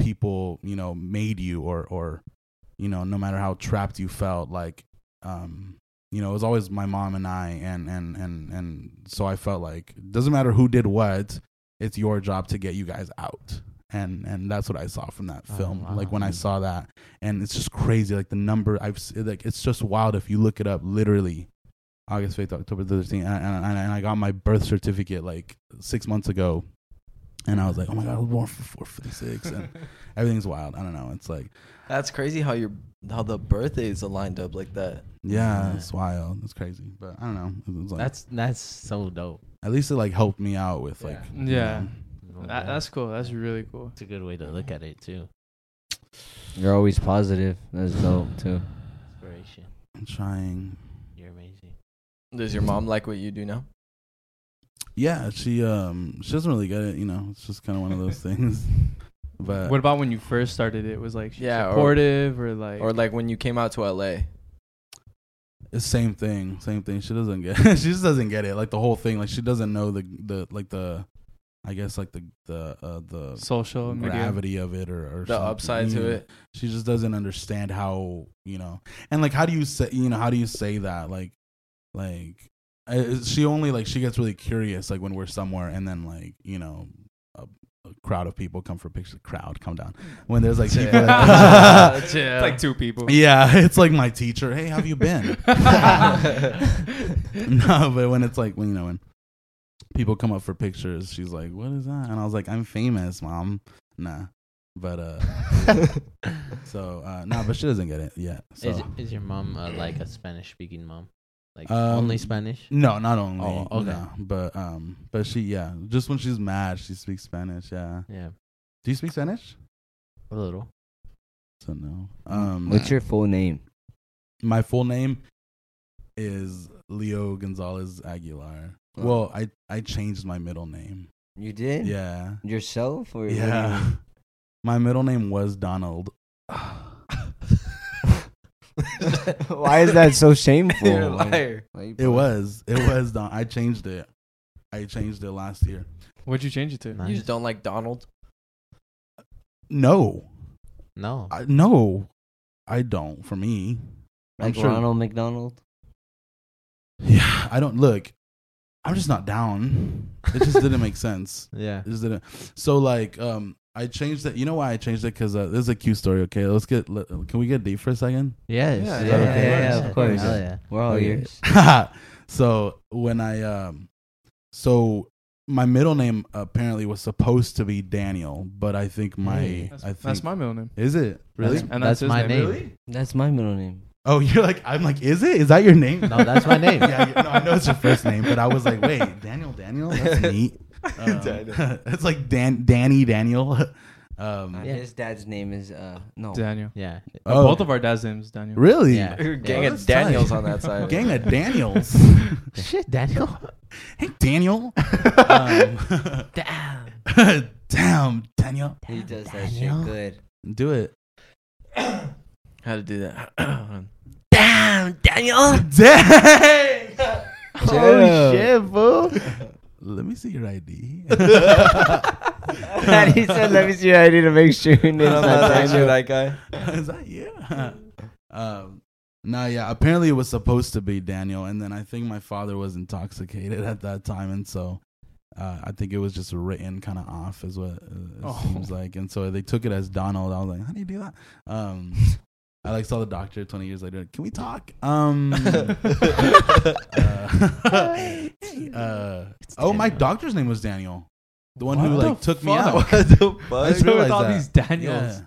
A: people you know made you or or you know no matter how trapped you felt like um you know, it was always my mom and I, and and and and so I felt like it doesn't matter who did what, it's your job to get you guys out, and and that's what I saw from that
F: Oh,
A: film.
F: wow.
A: Like when I saw that, and it's just crazy. Like the number I've s- like, it's just wild if you look it up. Literally, August fifth, October thirteenth, and, and and and I got my birth certificate like six months ago, and I was like, oh my god, I was born for four fifty six, and everything's wild. I don't know. It's like
C: That's crazy how your how the birthdays are lined up like that.
A: yeah,
F: Yeah.
A: it's wild. It's crazy, but I don't know. It was like,
F: That's that's so dope.
A: at least it like helped me out with
F: Yeah.
A: like
E: Yeah.
A: you
E: That, that's cool. That's really cool.
F: It's a good way to look at it too.
B: You're always positive. That's dope too.
F: Inspiration.
A: I'm trying.
F: You're amazing.
C: Does your mom like what you do now?
A: Yeah, she um she doesn't really get it, you know. It's just kind of one of those things. But
E: What about when you first started? It was like she
C: Yeah, or-
E: supportive or, like
C: Or like when you came out to LA?
A: it's same thing, same thing. She doesn't get. she just doesn't get it. Like the whole thing. Like she doesn't know the the like the, I guess like the the uh, the
E: social media.
A: gravity of it or, or
C: The
A: something. Mm.
C: upside to
A: Yeah.
C: it.
A: She just doesn't understand how you know. And like, how do you say you know? How do you say that? Like, like I, she only like she gets really curious like when we're somewhere and then like you know a, a crowd of people come for pictures. Crowd come down when there's like people. that-
C: Chill. Chill.
E: like two people.
A: yeah, it's like my teacher. Hey, how have you been? no, but when it's like when you know when people come up for pictures, she's like, "What is that?" And I was like, "I'm famous, mom." Nah, but uh, so uh, nah, but she doesn't get it yet. So.
F: Is is your mom uh, like a Spanish speaking mom? Like
A: Um,
F: only Spanish?
A: No, not only.
F: Oh, okay.
A: no, but um, but she yeah, just when she's mad, she speaks Spanish. Yeah.
F: Yeah,
A: Do you speak Spanish?
F: a little.
A: So no. Um,
B: What's your full name?
A: my full name is Leo Gonzalez Aguilar.
B: Oh.
A: Well, I I changed my middle name.
B: You did?
A: Yeah.
B: Yourself or
A: Yeah. My middle name was Donald.
B: Why is that so shameful?
C: You're a liar.
A: It was. It was Don. I changed it. I changed it last year.
E: What'd you change it to?
C: You just don't like Donald.
A: No.
F: No,
A: I, no. I don't for me. I'm
B: Like
A: sure-
B: Ronald McDonald.
A: Yeah, I don't look. I'm just not down. It just didn't make sense.
F: yeah.
A: It just didn't. So like, um, I changed that. You know why I changed it? Because uh, this is a cute story. Okay, let's get. Let, can we get deep for a second?
F: Yes.
C: Yeah,
B: yeah, yeah, of course.
F: Hell yeah.
B: We're all
A: Okay.
B: yours.
A: so when I um, so my middle name apparently was supposed to be Daniel, but I think my
F: Hey,
E: That's,
A: I think
E: that's my middle name.
A: is it really?
F: That's,
E: And
F: that's
E: that's his
F: my
E: name.
F: name.
B: That's my middle name.
A: oh, you're like I'm like is it? Is that your name?
F: No, that's my name.
A: yeah, yeah, no, I know it's your first name, but I was like, wait, Daniel, Daniel, that's neat. Um, it's like Dan, Danny, Daniel. Um,
B: Uh,
F: Yeah.
B: His dad's name is uh no.
E: Daniel.
F: Yeah.
E: Uh,
A: oh,
E: both of our dad's names is Daniel.
A: really,
F: Yeah.
A: Oh,
C: Gang of
A: that's tight.
C: Daniels on that side.
A: gang of Daniels.
F: Shit, Daniel.
A: hey, Daniel. Um,
F: Damn.
A: damn, Daniel,
B: He does that shit
F: Daniel.
B: good.
A: do it.
C: How to do that?
F: Damn, Daniel.
A: Dang.
B: Damn.
F: fool.
A: Let me see your ID.
B: and he said, "Let me see your ID to make sure your name's
C: I'm
B: not
C: not
B: Daniel."
C: actually that guy.
A: Is that you? um, no, yeah. Apparently, it was supposed to be Daniel, and then I think my father was intoxicated at that time, and so uh, I think it was just written kind of off, is what uh, it
E: Oh.
A: seems like. And so they took it as Donald. I was like, how do you do that? Um, I like saw the doctor twenty years later. Can we talk? Um, uh, hey, uh, oh, my doctor's name was Daniel. The one who
E: What the
A: like took me out.
C: What the
A: I
C: fuck?
A: just
E: What's up with
A: realized
E: all
A: that.
E: these Daniels?
A: Yeah.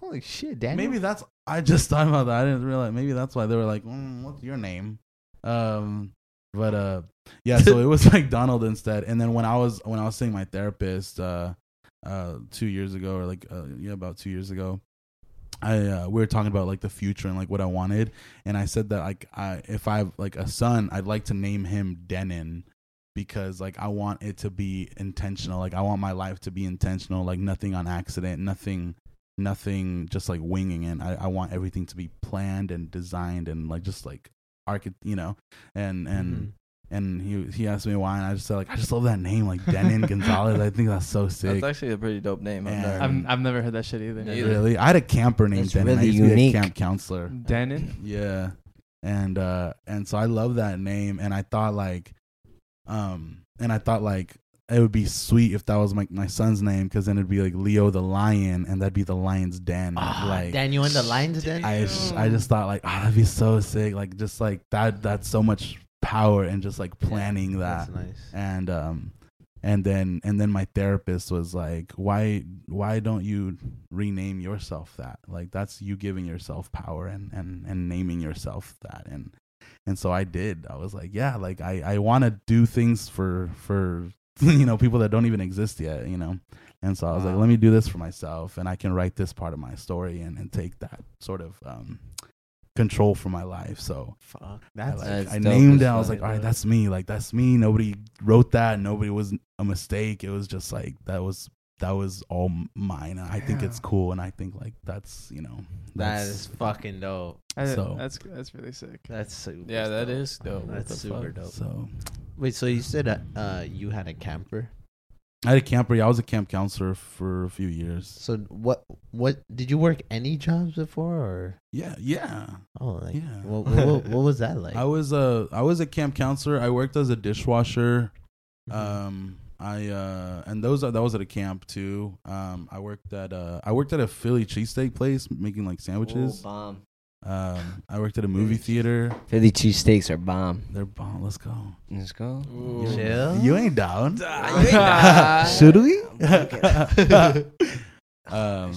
B: Holy shit, Daniel.
A: Maybe that's I just thought about that. I didn't realize maybe that's why they were like, mm, "What's your name?" Um, but uh, yeah. So it was like Donald instead. And then when I was when I was seeing my therapist uh, uh, two years ago, or like uh, yeah, about two years ago, I uh, we were talking about like the future and like what I wanted, and I said that like I if I have like a son, I'd like to name him Denon because like I want it to be intentional. Like I want my life to be intentional. Like nothing on accident. Nothing. Nothing just like winging it. I, I want everything to be planned and designed and like just like archi- you know, and
F: Mm-hmm.
A: and and he he asked me why, and I just said like I just love that name like Denon Gonzalez. I think that's so sick.
C: That's actually a pretty dope name. I've
A: Yeah.
C: never-
E: I've, I've never heard that shit either.
C: Neither.
A: really, I had a camper named
B: It's
A: Denon. I
B: really
A: used
B: unique.
A: to be a camp counselor.
E: Denon?
A: Yeah. And uh and so I love that name and I thought like um and I thought like it would be sweet if that was my my son's name cuz then it'd be like Leo the lion and that'd be the lion's den
F: Ah,
A: like
F: Daniel and the Lions Den.
A: I s- I just thought like oh, that'd be so sick like just like that that's so much power and just like planning that
F: That's nice.
A: and um and then and then my therapist was like why why don't you rename yourself that like that's you giving yourself power and and and naming yourself that and and so i did i was like yeah like i i want to do things for for you know people that don't even exist yet you know and so i was like
E: Wow.
A: let me do this for myself and i can write this part of my story and and take that sort of um control for my life so
B: Fuck.
A: I,
B: That's
A: like,
C: That's
A: I
C: dope
A: named
C: as
A: it. I was
C: fuck.
A: like, all right, that's me. Like that's me. Nobody wrote that. Nobody was a mistake. It was just like that was that was all mine. I think it's cool, and I think like that's you know
F: That
A: that's
F: is fucking dope.
E: I-
A: So-
E: That's that's really sick.
F: That's super.
C: yeah, that
F: dope.
C: is dope. What
F: That's
C: the
F: super
C: fuck?
F: dope.
A: so.
F: Wait, so you said uh, uh, you had a camper.
A: I had a camper. Yeah, I was a camp counselor for a few years.
F: So what? What did you work any jobs before? Or
A: Yeah, yeah.
F: oh, like
A: Yeah.
F: what, what, what, what was that like?
A: I was a I was a camp counselor. I worked as a dishwasher.
F: Mm-hmm.
A: Um, I uh, and those are that was at a camp too. Um, I worked at uh, I worked at a Philly cheesesteak place making like sandwiches.
C: Oh, bomb.
A: Um, I worked at a movie theater.
B: Philly cheesesteaks are bomb.
A: They're bomb. Let's go.
B: Let's go.
F: Chill.
A: You ain't down.
B: Should we?
A: um,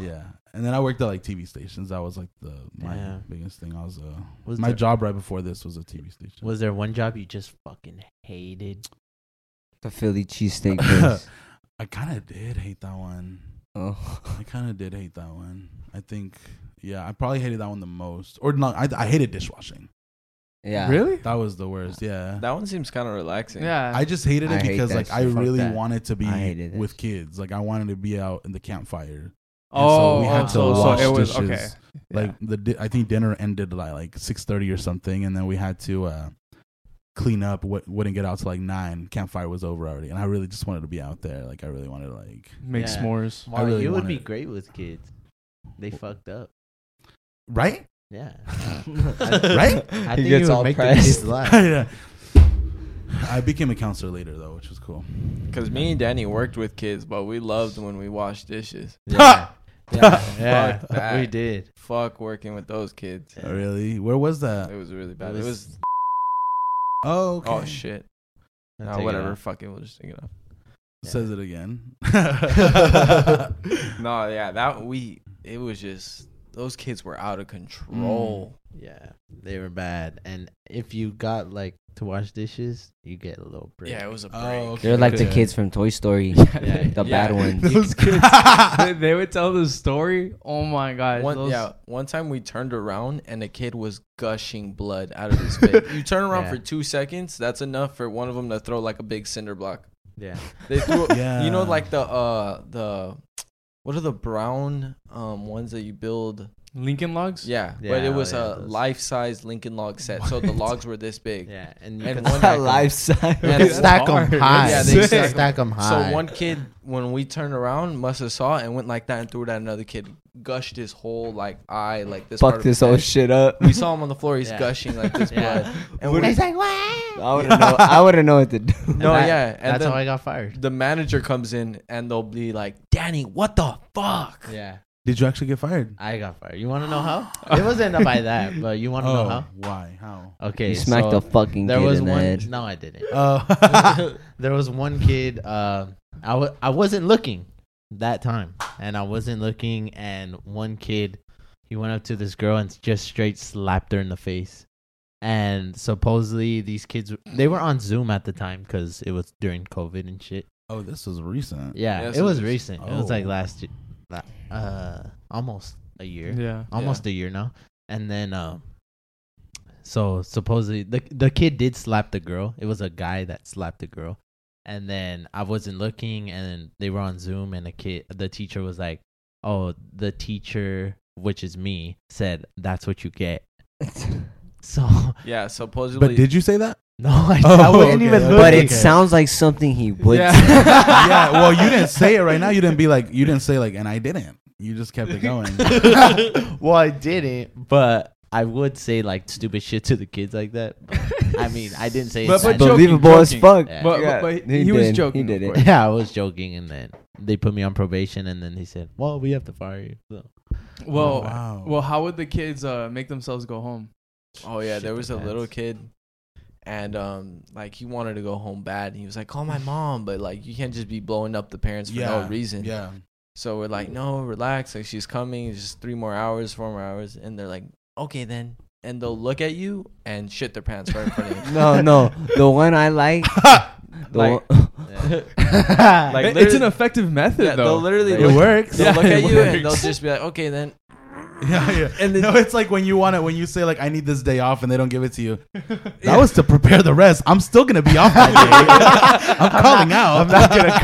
A: yeah. And then I worked at like TV stations. That was like the my
F: Damn.
A: biggest thing. I was uh,
F: Was
A: my
F: there-
A: job right before this was a TV station.
F: Was there one job you just fucking hated?
B: The Philly cheesesteak place.
A: I kind of did hate that one.
B: oh.
A: I kind of did hate that one. I think yeah, I probably hated that one the most. Or not, I I hated dishwashing.
B: Yeah.
E: Really?
A: That was the worst. Yeah.
C: That one seems kind of relaxing.
E: Yeah.
A: I just hated
B: I
A: it
B: hate
A: because
B: that
A: like I
B: shit. Fuck
A: really
B: that.
A: wanted to
B: I
A: be
B: hated it.
A: with kids. Like I wanted to be out in the campfire. And
E: oh,
A: so we had
E: oh,
A: to
E: so, so
A: wash
E: it was
A: dishes.
E: okay.
A: like the di- I think dinner ended like like six thirty or something, and then we had to uh, clean up. What wouldn't get out till like nine. Campfire was over already, and I really just wanted to be out there. Like I really wanted to like
E: make
F: Yeah.
E: s'mores.
A: I really
F: you would be
A: wanted-
F: great with kids. They fucked up.
A: right,
F: Yeah.
A: right.
F: I
B: He
F: think
B: gets
F: you
B: all
F: would make the
B: pressed.
F: kids laugh.
A: Yeah. I became a counselor later though, which was cool.
C: Because me and Danny worked with kids, but we loved when we washed dishes.
F: Yeah.
C: Yeah.
F: yeah.
C: Fuck that.
F: we did.
C: Fuck working with those kids.
A: Oh, really, where was that?
C: It was really bad. It
F: was-
C: was.
A: Oh, okay.
C: Oh shit.
B: uh,
F: I'll
C: No,
F: take it
C: whatever.
F: off.
C: Fuck it. We'll just take it off.
A: Says it again.
C: No, yeah, that we. It was just those kids were out of control.
F: Mm, Yeah, they were bad. And if you got like to wash dishes, you get a little break.
C: Yeah, it was a break.
A: Oh, okay.
B: They're like the
A: Okay.
B: kids from Toy Story.
F: Yeah.
B: The
C: Yeah.
B: bad ones.
E: Those kids, they, they would tell the story. Oh my god!
C: One,
E: those-
C: yeah, one time we turned around and a kid was gushing blood out of his face. You turn around
F: Yeah.
C: for two seconds, that's enough for one of them to throw like a big cinder block.
F: yeah.
C: They threw,
A: Yeah.
C: you know, like the uh the what are the brown um ones that you build?
E: Lincoln Logs.
C: Yeah, but
F: Yeah,
C: it
F: oh
C: was
F: yeah,
C: a
F: those.
C: life size Lincoln log set, so the logs were this big.
F: Yeah, and you
C: And
F: can
C: one
F: stack 'em.
B: Life size.
F: You
C: Yeah,
F: can
C: that's
F: stack them high.
C: Yeah,
F: Yeah,
C: they
F: they
C: stack 'em.
F: stack them high.
C: So one kid, when we turned around, must have saw it and went like that and threw it at another kid, gushed his whole like eye, like this. part
B: Fuck
C: of
B: this
C: his
B: whole
C: head.
B: shit up.
C: We saw him on the floor. He's
F: Yeah.
C: gushing like this
F: Yeah.
C: blood. And we-
F: He's like, wow.
B: I wouldn't know. I wouldn't know what to do.
C: no,
F: That-
C: yeah, and
F: That's
C: then
F: how I got fired.
C: the manager comes in and they'll be like, "Danny, what the fuck?"
F: Yeah.
A: Did you actually get fired?
F: I got fired. You want to know how? Oh. It wasn't up by that, but you want to know how?
A: Oh, why? How?
F: Okay,
B: You smacked the
F: so
B: fucking
F: there
B: kid
F: was
B: in the
F: one.
B: head.
F: No, I didn't.
A: Uh,
F: there was one kid. Uh, I w- I wasn't looking that time, and I wasn't looking. And one kid, he went up to this girl and just straight slapped her in the face. And supposedly these kids, they were on Zoom at the time because it was during COVID and shit.
A: oh, this was recent.
F: Yeah,
C: Yeah,
F: it
C: so
F: was
C: this-
F: recent. It was like
A: Oh.
F: last, ye- la- uh, almost a year
E: Yeah.
A: Oh,
F: almost a year now. And then um so supposedly the the kid did slap the girl. It was a guy that slapped the girl. And then I wasn't looking and they were on Zoom and the kid the teacher was like, "Oh, the teacher, which is me, said that's what you get." so
C: Yeah, supposedly.
A: But did you say that?
F: no, I, I
A: Oh,
F: wouldn't
A: okay,
F: even
A: okay.
F: look.
B: But it
A: Okay.
B: sounds like something he would.
E: Yeah.
B: say.
A: yeah. Well, you didn't say it right now. You didn't be like. You didn't say like, and I didn't. You just kept it going.
F: well, I didn't, but I would say like stupid shit to the kids like that. But, I mean, I didn't say
E: But-
F: it
E: but
F: that-
E: joking,
B: Believable as
E: joking.
B: fuck.
F: Yeah.
E: But,
B: Yeah,
E: but, but
B: he
E: he, was
B: did.
E: joking.
B: He did
E: of
B: it.
E: course.
F: yeah, I was joking, and then they put me on probation, and then they said, "Well, we have to fire you." So,
E: Well,
A: Oh, Wow.
E: well, how would the kids uh, make themselves go home?
C: Oh yeah,
F: Shit
C: there was a little
F: depends.
C: kid, and um, like he wanted to go home bad, and he was like, "Call my mom," but like you can't just be blowing up the parents for no
A: Yeah,
C: reason.
A: yeah.
C: So we're like, "No, relax. Like she's coming. It's just three more hours, four more hours," and they're like, "Okay then." And they'll look at you and shit their pants right in front of you.
B: No, no. The one I like. the
C: Like-
B: one-
C: Like
E: It- it's
C: literally-
E: an effective method,
C: yeah,
E: though.
C: they'll literally
A: It
C: look,
A: works.
C: they'll
E: Yeah,
C: look at
E: it
C: you and they'll
E: works.
C: just be like, "Okay then."
A: Yeah, yeah.
C: And then
A: no, it's like when you want to when you say like I need this day off and they don't give it to you. That was to prepare the rest. I'm still gonna be off that day. I'm, calling out. I'm not gonna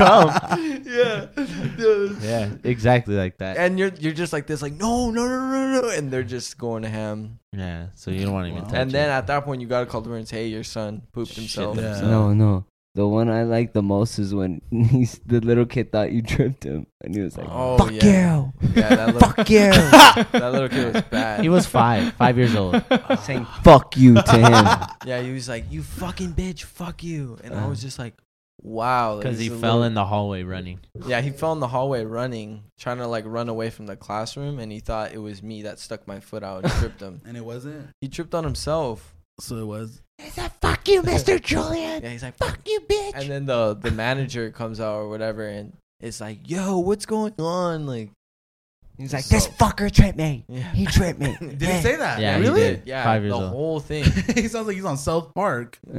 A: come.
F: yeah, exactly like that.
C: and you're you're just like this, like no, no, no, no, no, and they're just going to ham.
F: yeah, so you don't want to even
A: Wow.
F: touch
C: And then
F: it.
C: at that point, you gotta call the parents. Hey, your son pooped himself.
E: uh,
A: Yeah.
B: No, no. The one I like the most is when he's the little kid thought you tripped him, and he was like,
C: Oh,
B: "Fuck
C: yeah.
B: you,
C: Yeah, that little,
B: fuck you,"
C: that little kid was bad.
F: he was five, five years old.
B: saying "fuck you" to him.
C: Yeah, he was like, "You fucking bitch, fuck you," and I was just like, "Wow," like,
F: Because he
C: this is a
F: fell
C: little-
F: in the hallway running.
C: Yeah, he fell in the hallway running, trying to like run away from the classroom, and he thought it was me that stuck my foot out and tripped him.
A: And it wasn't.
C: He tripped on himself.
A: So it was.
C: Yeah, he's like, "Fuck you, bitch!" And then the the manager comes out or whatever, and it's like, "Yo, what's going on?" Like,
B: He's like,
C: So-
B: "This fucker tripped me.
C: yeah.
B: He tripped me."
A: Did he say that?
F: Yeah, he
A: really?
F: did.
C: Yeah,
F: Five years
C: the
F: old.
C: whole thing.
A: he sounds like he's on South Park.
F: Or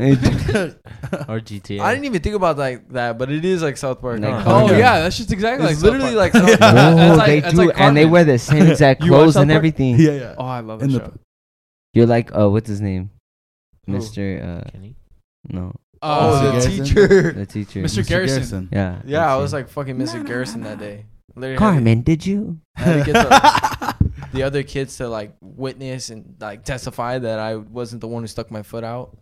F: GTA.
C: I didn't even think about like that, but it is like South Park.
B: Like,
C: huh?
E: oh
A: Okay.
E: yeah, that's just exactly
C: it's
E: like
C: literally
E: South Park.
C: like South Park.
A: Yeah.
B: Whoa,
E: That's like-
B: they
E: that's
B: do,
E: like
B: and they
E: Cartman.
B: wear the same exact
E: You watch
B: clothes
E: South
B: and
E: Park?
B: everything.
A: yeah, yeah.
E: Oh, I love that
A: In the-
E: show.
B: You're like, uh, what's his name,
C: Who?
B: Mister? Uh,
F: Kenny?
B: no,
E: Uh,
A: Oh,
E: the
A: Garrison?
E: teacher.
B: the teacher.
E: Mr. Garrison.
B: Yeah.
C: Yeah, I was
B: like,
C: like fucking Mr. Garrison that day. Literally had to-
B: Carmen, did you?
C: had to get the, the other kids to like witness and like testify that I wasn't the one who stuck my foot out.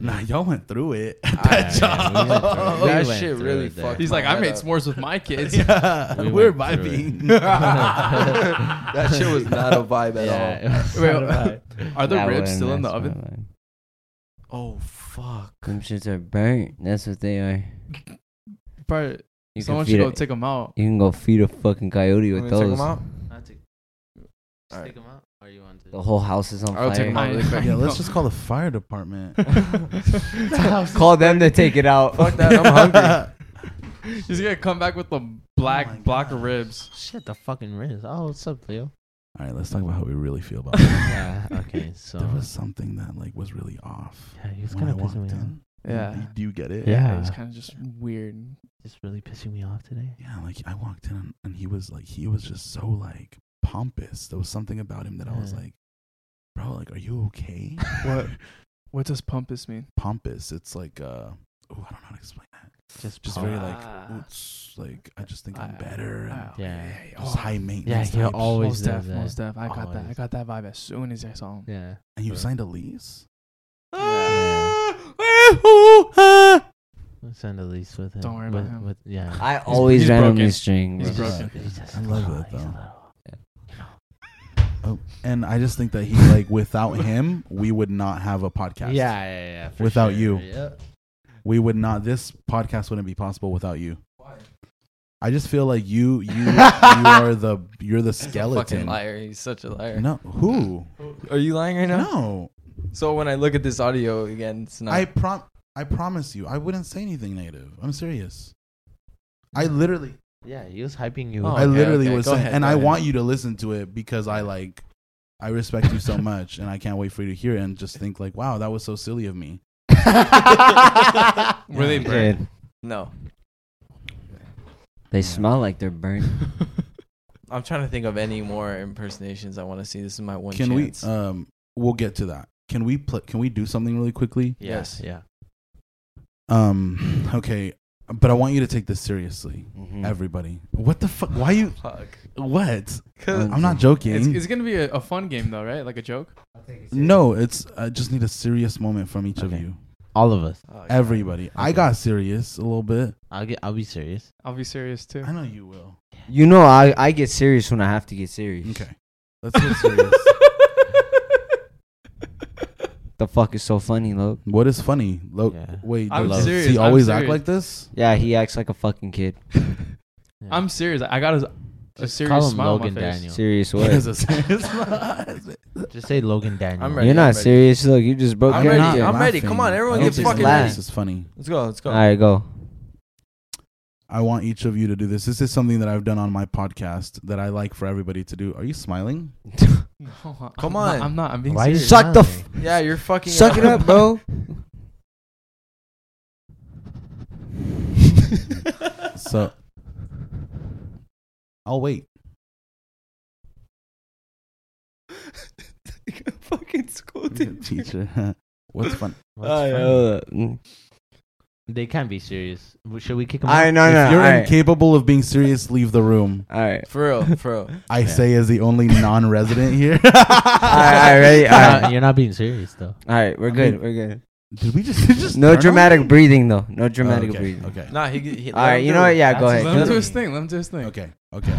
A: Nah, y'all went through it.
F: Yeah,
A: that
F: yeah, we went through it.
A: job.
C: That
F: went
C: shit
F: through
C: really
F: that.
C: fucked.
E: He's
C: my
E: like, I
C: head
E: made
C: up.
E: s'mores with my kids.
A: Yeah,
F: We
A: we're
F: went through
A: vibing.
C: That shit was not a vibe at
F: Yeah.
E: Wait,
F: What about it?
E: Are the
B: That
E: ribs
B: wouldn't
E: still in the
B: mess my
E: oven?
B: life.
C: all. Oh fuck.
B: Them shits are burnt. That's what they are.
E: Bro,
B: You
E: someone
B: can
E: should
B: feed
E: go
B: a,
E: take them out.
B: You can go feed a fucking coyote
C: You
B: with
C: want me to take 'em
B: those.
C: out?
F: Not to- Just
C: Alright.
F: take 'em out, or you want to-
B: The whole house is on
C: I'll take
B: fire.
C: 'em out really quick.
A: yeah, let's just call the fire department.
B: Call them to take it out.
C: Fuck that. I'm hungry.
E: He's gonna come back with the black
A: my
E: block
A: God.
E: of ribs.
F: Shit, the fucking ribs. Oh, what's up, Leo?
A: All right, let's talk about how we really feel about it.
F: Yeah, okay, so.
A: There was something that like was really off.
F: yeah, he was
A: when
F: kind of
A: I walked
F: pissing me off.
A: in.
E: Yeah.
A: Do you get it?
E: It
F: Yeah.
E: was kind of just weird.
F: Just really pissing me off today.
A: Yeah, like I walked in and- and he was like, he was just so like pompous. There was something about him that I was
F: Yeah.
A: like, bro, like, are you okay?
E: What? What does pompous mean?
A: pompous. It's like, uh, oh, I don't know how to explain that.
F: Just,
A: Just
F: pump-
A: very like,
E: Ah.
A: oops, like I just think I'm
E: I-
A: better. and
E: I- oh,
F: Yeah.
A: Just high
F: Yeah,
A: maintenance.
F: he
A: types.
F: always
E: most
F: does
E: deaf,
F: that.
E: most deaf. I got that. I
F: Always.
E: got that vibe as soon as I saw him.
F: Yeah.
A: And you
F: Sure.
A: signed a lease. Ah,
F: We'll send a lease with him.
E: Don't worry
F: with,
E: about him.
F: With, yeah.
B: I always
E: he's
B: randomly
E: broken.
B: string.
E: He's
B: bro.
E: broken.
F: He's just
A: I
F: a
A: love
F: little-
A: that,
F: he's a
A: though. Oh,
F: little-
A: And I just think that he like without him, we would not have a podcast.
F: Yeah, yeah, yeah. for
A: Without
F: sure.
A: you.
F: Yeah.
A: We would not this podcast wouldn't be possible without you. I just feel like you you you are the you're the
C: Fucking
A: skeleton.
C: liar. He's such a liar.
A: No, who?
C: Are you lying right now?
A: No,
C: So when I look at this audio again, it's not.
A: I prom I promise you, I wouldn't say anything negative. I'm serious. I literally,
F: Yeah, he was hyping you.
C: Oh,
F: up.
A: I
C: okay,
A: literally
C: okay.
A: was,
C: Go
A: saying,
C: ahead,
A: and
C: go
A: I
C: ahead.
A: want you to listen to it because I like, I respect you so much, and I can't wait for you to hear it and just think like, wow, that was so silly of me.
C: Were they
B: Dude,
C: no.
B: they smell like they're burnt.
C: I'm trying to think of any more impersonations I want to see. This is my one
A: Can
C: chance.
A: we? Um, we'll get to that. Can we play? Can we do something really quickly?
F: Yeah,
C: Yes.
F: Yeah.
A: Um, okay, but I want you to take this seriously,
B: Mm-hmm.
A: everybody. What the fuck? Why you?
C: Mm. Fuck.
A: What?
C: 'Cause-
A: I'm not joking.
E: Uh, It's, it's gonna be a, a fun game though, right? Like a joke.
A: no, it's. I just need a serious moment from each of
F: Okay.
A: you.
F: All of us.
C: Oh,
A: Everybody. I got serious a little bit.
F: I'll get. I'll be serious.
E: I'll be serious too.
A: I know you will.
B: You know, I, I get serious when I have to get serious.
C: Mm.
A: Okay. Let's get serious.
B: The fuck is so funny, Loke?
A: what is funny? Lo-
F: Yeah.
A: Wait,
E: I'm
A: does
E: serious,
A: he
E: I'm
A: always act
E: serious.
A: like this?
B: Yeah, he acts like a fucking kid.
E: I'm serious. I got a, a serious
F: call him
E: smile on
F: Logan
E: my face.
F: Daniel.
B: Serious
A: What is
B: what?
A: a serious laugh.
F: Just say Logan Daniel.
C: I'm ready.
B: You're
C: I'm
B: not
C: ready.
B: serious, Look, You just broke
C: I'm
B: your
C: ready.
B: knot.
C: I'm ready. Come on, everyone
A: I don't
B: get
A: think
B: fucking
A: this
B: ready.
A: This is funny.
C: Let's go. Let's go.
B: All right, go.
A: I want each of you to do this. This is something that I've done on my podcast that I like for everybody to do. Are you smiling?
E: No,
C: Come
E: I'm not-
C: on.
E: I'm not. I'm being
F: Why are you
E: serious.
B: Suck the f-
F: smiling?
C: Yeah, you're fucking.
B: Suck it up, bro.
A: So I'll wait.
C: fucking school
A: Teacher. What's fun?
F: What's funny?
B: oh, mm,
F: They can't be serious. W- Should we kick him?
B: I
F: out?
B: know, no.
A: if you're
B: all right.
A: incapable of being serious, leave the room.
B: All right.
C: For real. For real.
A: I
F: Yeah.
A: say as the only non-resident here.
B: All right, ready? All
F: You're
B: right.
F: not- You're not being serious though.
B: All right, we're
A: I
B: good.
A: mean-
B: we're good.
A: Did we just, just
B: No
A: turn on
B: dramatic
A: me?
B: breathing, though. No
A: Oh,
B: dramatic
A: okay,
B: breathing.
A: Okay.
C: Nah, he. he
B: All right, you know what? Yeah, go
F: That's
E: Let him
B: ahead.
E: do
F: another-
E: his thing. Let him do his thing.
A: Okay. Okay.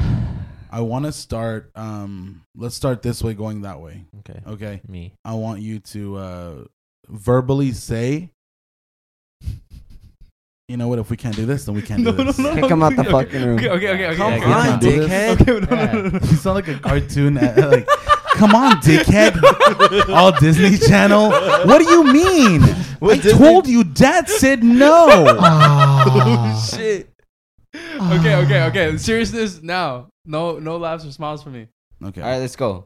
A: I want to start. Um, let's start this way, going that way.
F: Okay.
A: Okay.
F: Me.
A: I want you to uh, verbally say. You know what? If we can't do this, then we can't
E: No,
A: do
E: no,
A: this.
E: no.
B: Kick him out the
E: Okay,
B: fucking room.
E: Okay. Okay. Okay. okay.
C: Come
E: okay.
A: on,
E: Okay,
C: dickhead.
E: Okay. No. No. No. no,
A: You sound like a cartoon. uh, like, come on, dickhead! All Disney Channel. What do you mean? I told you, Dad said no.
C: Shit.
E: no. Okay. Okay. Okay. Seriousness now. No. No laughs or smiles for me.
A: Okay.
B: All right, let's go.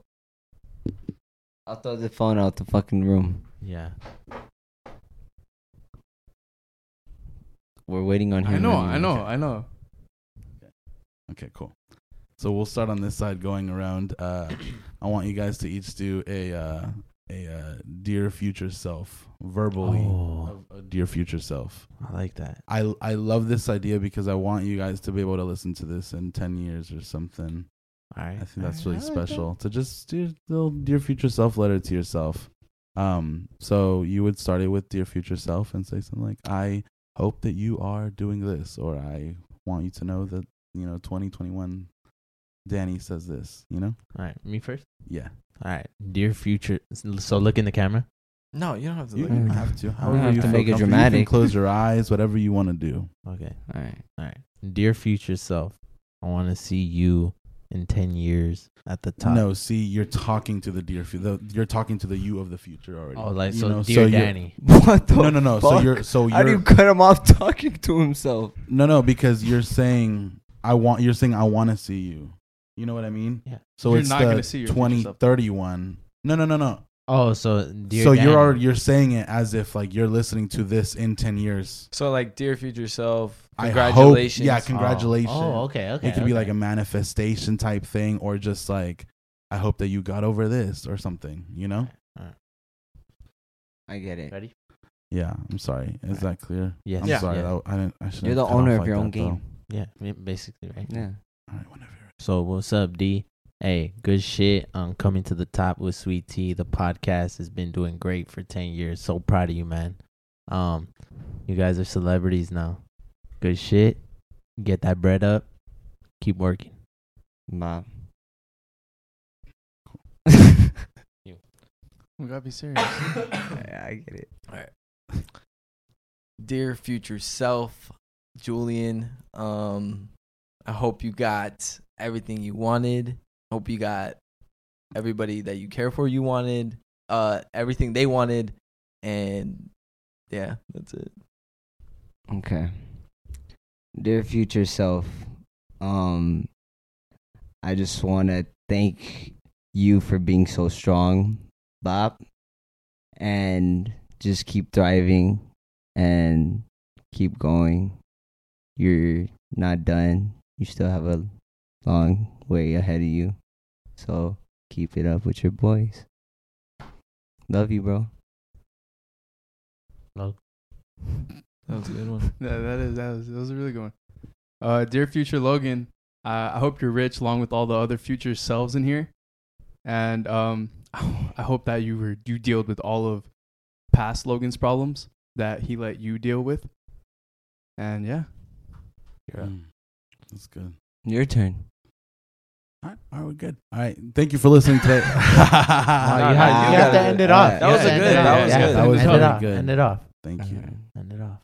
B: I'll throw the phone out the fucking room.
F: Yeah.
B: We're waiting on him.
E: I know.
B: anyway.
E: I know. I know.
A: Okay, cool. So we'll start on this side going around. Uh, I want you guys to each do a uh, a uh, dear future self verbally.
F: Oh,
A: Of a dear future self.
F: I like that.
A: I I love this idea because I want you guys to be able to listen to this in ten years or something.
F: All right.
A: I think that's
F: all
A: really
F: right, I like that.
A: special to just do a little dear future self letter to yourself. Um, so you would start it with dear future self and say something like, "I hope that you are doing this," or "I want you to know that you know 2021 Danny says this." You know?
F: All right. Me first.
A: Yeah.
F: All right. Dear future. So look in the camera.
C: No, you don't have to.
A: You
C: Look.
A: don't have to. However
B: have
A: you
B: to
A: feel
B: make it
A: comfortable. You can
B: dramatic.
A: close your eyes. Whatever you want to do.
F: Okay.
B: All right.
F: All right. Dear future self, I want to see you in 10 years at the top.
A: No, see, you're talking to the dear. fu- the- You're talking to the you of the future already.
F: Oh, like,
A: You
F: so,
A: know,
F: dear
A: you're-
F: Danny.
B: What the?
A: No, no, no. So
B: fuck?
A: you're so
B: How do
A: you're
B: you cut him off talking to himself?
A: No, no, because you're saying I want. You're saying I want to see you. You know what I mean?
F: Yeah.
A: So
E: You're
A: it's
E: not
A: the
E: gonna see your future
A: twenty
E: self.
A: thirty one. No, no, no, no.
F: Oh, so dear
A: so
F: Danny. Oh.
A: you're already, you're saying it as if like you're listening to this in ten years.
C: So like, dear future self,
A: I hope-
C: congratulations.
A: yeah,
F: Oh.
A: congratulations.
F: Oh, okay. Okay.
A: it could be like a
F: okay.
A: manifestation type thing, or just like I hope that you got over this or something. You know?
B: I get it.
F: Ready?
A: Yeah. I'm sorry. Is that clear?
F: Yes.
A: I'm
C: Yeah.
A: sorry.
F: Yeah.
A: that- I didn't. I should.
B: You're the owner of your own game.
F: Yeah. yeah, Basically, right?
B: Yeah.
A: All right. Whenever. you're-
F: So what's up, D? Hey, good shit. I'm coming to the top with Sweet Tea. The podcast has been doing great for ten years. So proud of you, man. Um, you guys are celebrities now. Good shit. Get that bread up. Keep working.
B: Nah.
E: We gotta Oh be serious.
B: I get it.
C: Dear future self, Julian. Um, I hope you got everything you wanted. Hope you got everybody that you care for you wanted, uh, everything they wanted, and yeah, that's it.
B: Okay. Dear future self, um I just want to thank you for being so strong, Bob, and just keep thriving and keep going. You're not done. You still have a long way ahead of you. So keep it up with your boys. Love you, bro.
C: That was a good one.
E: That, that is that was, that was a really good one. Uh, dear future Logan, uh, I hope you're rich along with all the other future selves in here, and um, I hope that you were you dealt with all of past Logan's problems that he let you deal with, and yeah,
A: Mm. That's good.
B: Your turn.
A: All right, all right, we're good. All right, thank you for listening today.
C: Ah, you had- you
F: have to
C: gotta-
F: end it off.
B: That
F: You
C: was a
F: have to
C: good-
F: end it
C: that
F: off.
C: was
F: Yeah,
C: good.
A: That was
F: end
A: very
F: it off.
A: good.
F: End it off.
A: Thank you.
F: End it off.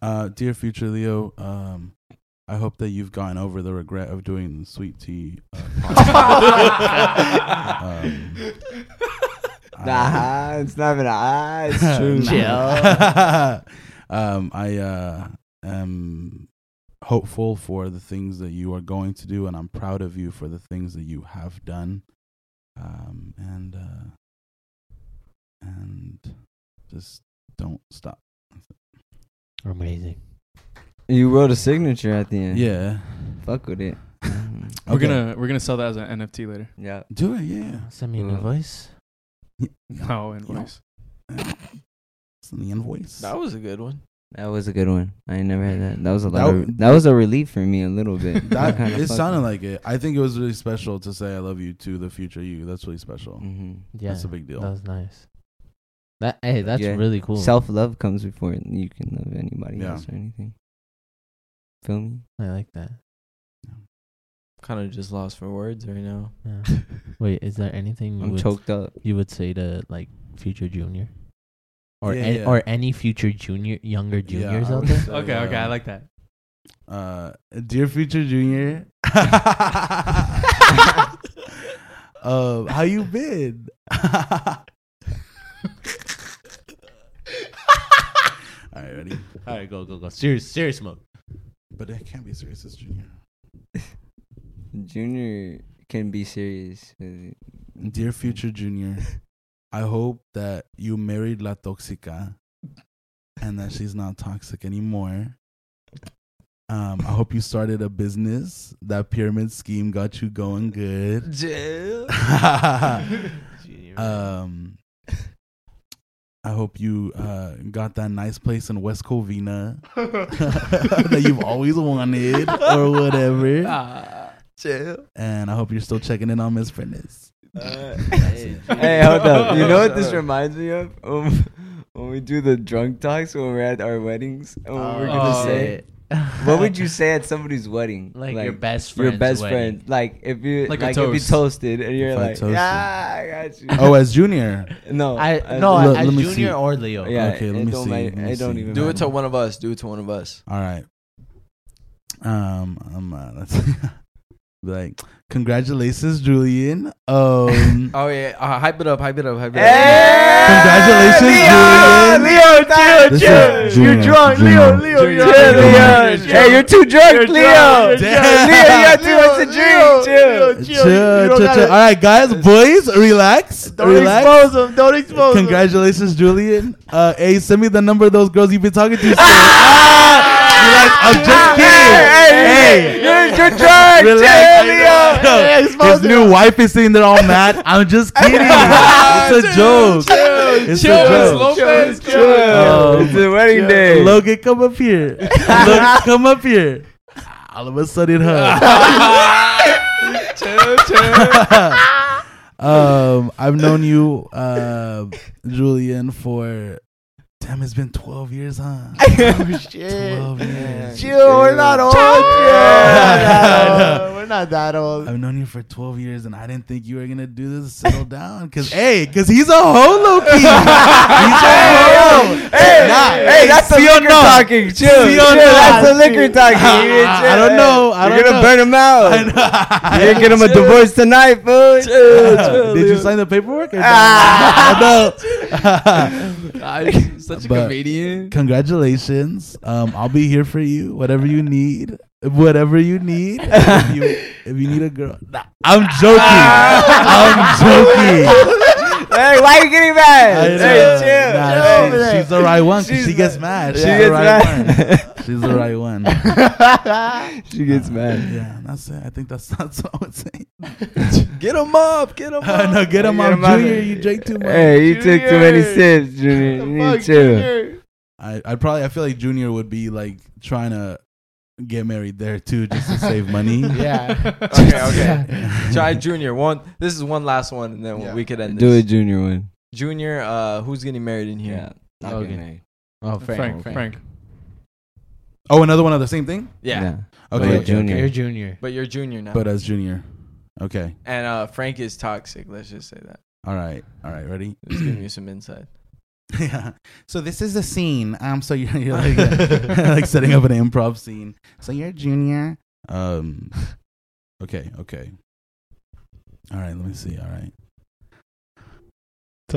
A: Uh, dear future Leo, um, I hope that you've gotten over the regret of doing the sweet tea. Uh, podcast. um, I-
B: Nah, it's not even. Ah, it's true.
A: um, I uh, am hopeful for the things that you are going to do, and I'm proud of you for the things that you have done. Um, and uh, and just don't stop.
F: Amazing.
B: You wrote a signature at the end.
A: Yeah,
B: Fuck with it. Mm-hmm.
E: we're
A: Okay.
E: gonna we're gonna sell that as an NFT later.
B: yeah.
A: do it. Yeah,
F: Send me an
B: Uh,
F: invoice.
E: No invoice.
A: it's in the invoice.
C: That was a good one.
B: That was a good one. I ain't never had that. That was a
A: That
B: lot. That,
A: w-
B: that was a relief for me a little bit.
A: That- it sounded like it. I think it was really special to say "I love you" to the future you. That's really special.
B: hmm
F: Yeah,
A: That's a big deal.
F: That was nice. That hey, that's
B: Yeah.
F: really cool.
B: Self love comes before you can love anybody
A: Yeah.
B: else or anything. Feel me?
F: I like that.
C: Kind of just lost for words right now.
F: Yeah. Wait, is there anything you
B: I'm
F: would,
B: choked up.
F: you would say to like future junior, or
A: Yeah,
F: an-
A: yeah.
F: or any future junior, younger
A: Yeah,
F: juniors
A: I
F: out
A: would
F: there?
A: say,
E: Okay,
A: uh,
E: okay, I like that.
A: Uh, dear future junior, um, how you been? All right, ready?
F: All right, go go go. Serious serious mode.
A: But it can't be serious. It's junior.
B: Junior can be serious.
A: Dear future junior, I hope that you married La Toxica and that she's not toxic anymore. Um, I hope you started a business. That pyramid scheme got you going good.
C: Uh,
A: um, I hope you uh, got that nice place in West Covina that you've always wanted or whatever. And I hope you're still checking in on Miss Prentice.
B: hey, hold up. You know what this reminds me of? Um, when we do the drunk talks when we're at our weddings, and what we're gonna
E: Oh.
B: say. What would you say at somebody's wedding?
F: like, your best friend?
B: your best friend. Like if you
E: Like
B: like,
E: a
B: if you
E: toast.
B: toasted and you're
A: If I
B: like,
A: toasted.
B: yeah, I got you.
A: Oh, as junior.
B: no,
F: I no,
A: Let-
F: I,
A: let me
F: junior
A: see.
F: or Leo.
B: yeah.
A: okay, let
B: it
A: me
B: don't
A: see,
B: matter-
A: let me
B: it don't
A: see.
B: even.
C: Do it
B: matter.
C: to one of us. Do it to one of us.
A: All right. Um, I'm uh, that's be like, congratulations, Julian. Um,
C: Oh yeah, uh, hype it up, hype it up, hype it
B: Hey,
A: Congratulations, Julian.
B: Leo,
A: This
B: Leo,
A: is
B: chill, you're
A: junior,
B: drunk,
A: junior.
B: Leo, Leo,
E: Junior,
B: chill,
E: junior,
B: Leo.
E: junior,
B: Hey, you're too drunk, Leo.
A: drunk, you're
B: Leo, you
A: drunk.
B: got too much to drink. Chill.
A: chill, chill, chill. All right, guys, boys, relax, relax.
B: expose him. Don't expose
A: Congratulations, Julian. Uh, hey, send me the number of those girls you've been talking to. Soon. ah! Relax, I'm just kidding. Hey,
B: Hey, you're, you're drunk.
A: Relax.
B: Chill, Leo.
A: Yo, his new wife is sitting there all mad. I'm just kidding. it's a joke. it's
E: Chill,
A: a
E: Miss
A: joke.
E: Lopez.
B: Chill. It's the wedding day.
A: Logan, come up here. Logan, come up here. All of a sudden, huh? um, I've known you, uh, Julian, for Damn, it's been 12 years, huh?
D: oh, shit.
A: 12 years.
D: Chill, we're not old. Chill.
A: I
D: We're not that old.
A: I've known you for 12 years and I didn't think you were going to do this. Settle down. Because, hey, because he's a holo key. he's a holo.
D: Hey,
A: Nah,
D: hey, that's the liquor talking. Chill,
A: See
D: chill.
A: or
D: That's
A: not.
D: the liquor talking.
A: I don't know. I
B: You're
A: don't
B: gonna
A: know.
B: burn him out.
A: I know.
B: You're gonna get him a divorce tonight, fool.
A: Did you sign the paperwork? or no?
B: Ah.
A: no.
E: I'm such a
A: But-
E: comedian.
A: Congratulations. Um, I'll be here for you. Whatever you need. Whatever you need. If you, if you need a girl. Nah, I'm joking. I'm joking.
B: Ah. Hey, why you getting
A: I
B: mad?
A: know.
B: Hey, chill.
A: Nah,
B: chill
A: she-
B: over there.
A: she's the right one. 'cause
B: She's
A: she gets mad. She's
B: she
A: the
B: gets
A: right one. She's the right one.
B: she gets mad.
A: Yeah, that's it. I think that's that's what I would say.
C: Get him up. Get him
A: Uh, no, get him
B: Get
A: off,
B: him out.
A: Junior. You drank too much.
B: Hey, you took too many
D: Junior.
B: sips, Junior. You need
D: Fuck
B: to chill.
D: you.
A: I, I probably I feel like Junior would be like trying to get married there too, just to save money.
D: Yeah.
C: Okay, okay. Try Junior. One. This is one last one, and then we could end
B: Do a
C: this.
B: Junior one.
C: Junior, uh, who's getting married in here?
B: Yeah.
C: Not
B: Okay.
C: getting married.
F: Oh,
E: Frank,
F: Frank.
E: Frank.
A: Oh, another one of the same thing.
C: Yeah.
A: Okay,
B: Oh, Yeah,
A: okay,
B: Junior.
A: okay.
F: You're junior.
C: But you're Junior now.
A: But as Junior, okay.
C: and uh, Frank is toxic. Let's just say that.
A: All right, all right. Ready?
C: Just giving you some insight.
A: yeah. So this is the scene. Um. So you're, you're like uh, like setting up an improv scene. So you're Junior. Um. Okay. Okay. All right. Let me see. All right.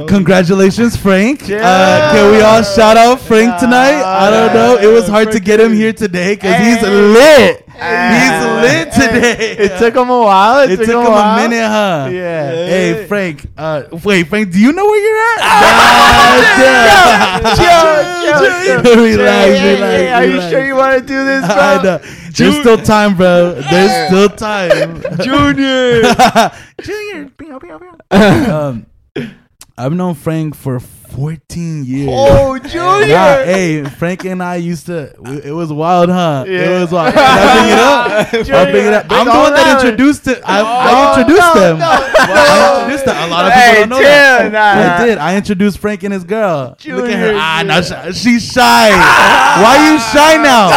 A: Congratulations, Frank. Uh, can we all shout out Frank tonight? I don't know. It was hard to get him here today because he's lit. He's lit today.
D: It took him a while. It,
A: It took him
D: a,
A: a
D: while.
A: minute, huh?
D: Yeah.
A: Hey, Frank. Uh, wait, Frank. Do you know where you're at?
D: Chill, chill, chill.
A: Relax,
D: Hey, hey,
A: relax,
D: hey, Are you
A: relax.
D: sure you want to do this, bro?
A: I know. There's still time, bro. There's still time.
D: Junior.
A: Junior. Pew, pew, pew. um, I've known Frank for 14 years.
D: oh, Junior.
A: Yeah, hey, Frank and I used to. It was wild, huh?
D: Yeah.
A: It was wild. Can I bring it up? I'll bring it up. I'm the one that introduced it. I, I introduced them. I introduced them. A lot of people
D: Hey,
A: don't know that.
D: chill. Nah, nah.
A: I did. I introduced Frank and his girl. Look at her.
D: Junior,
A: Ah,
D: dude.
A: now sh- she's shy. Why you shy now?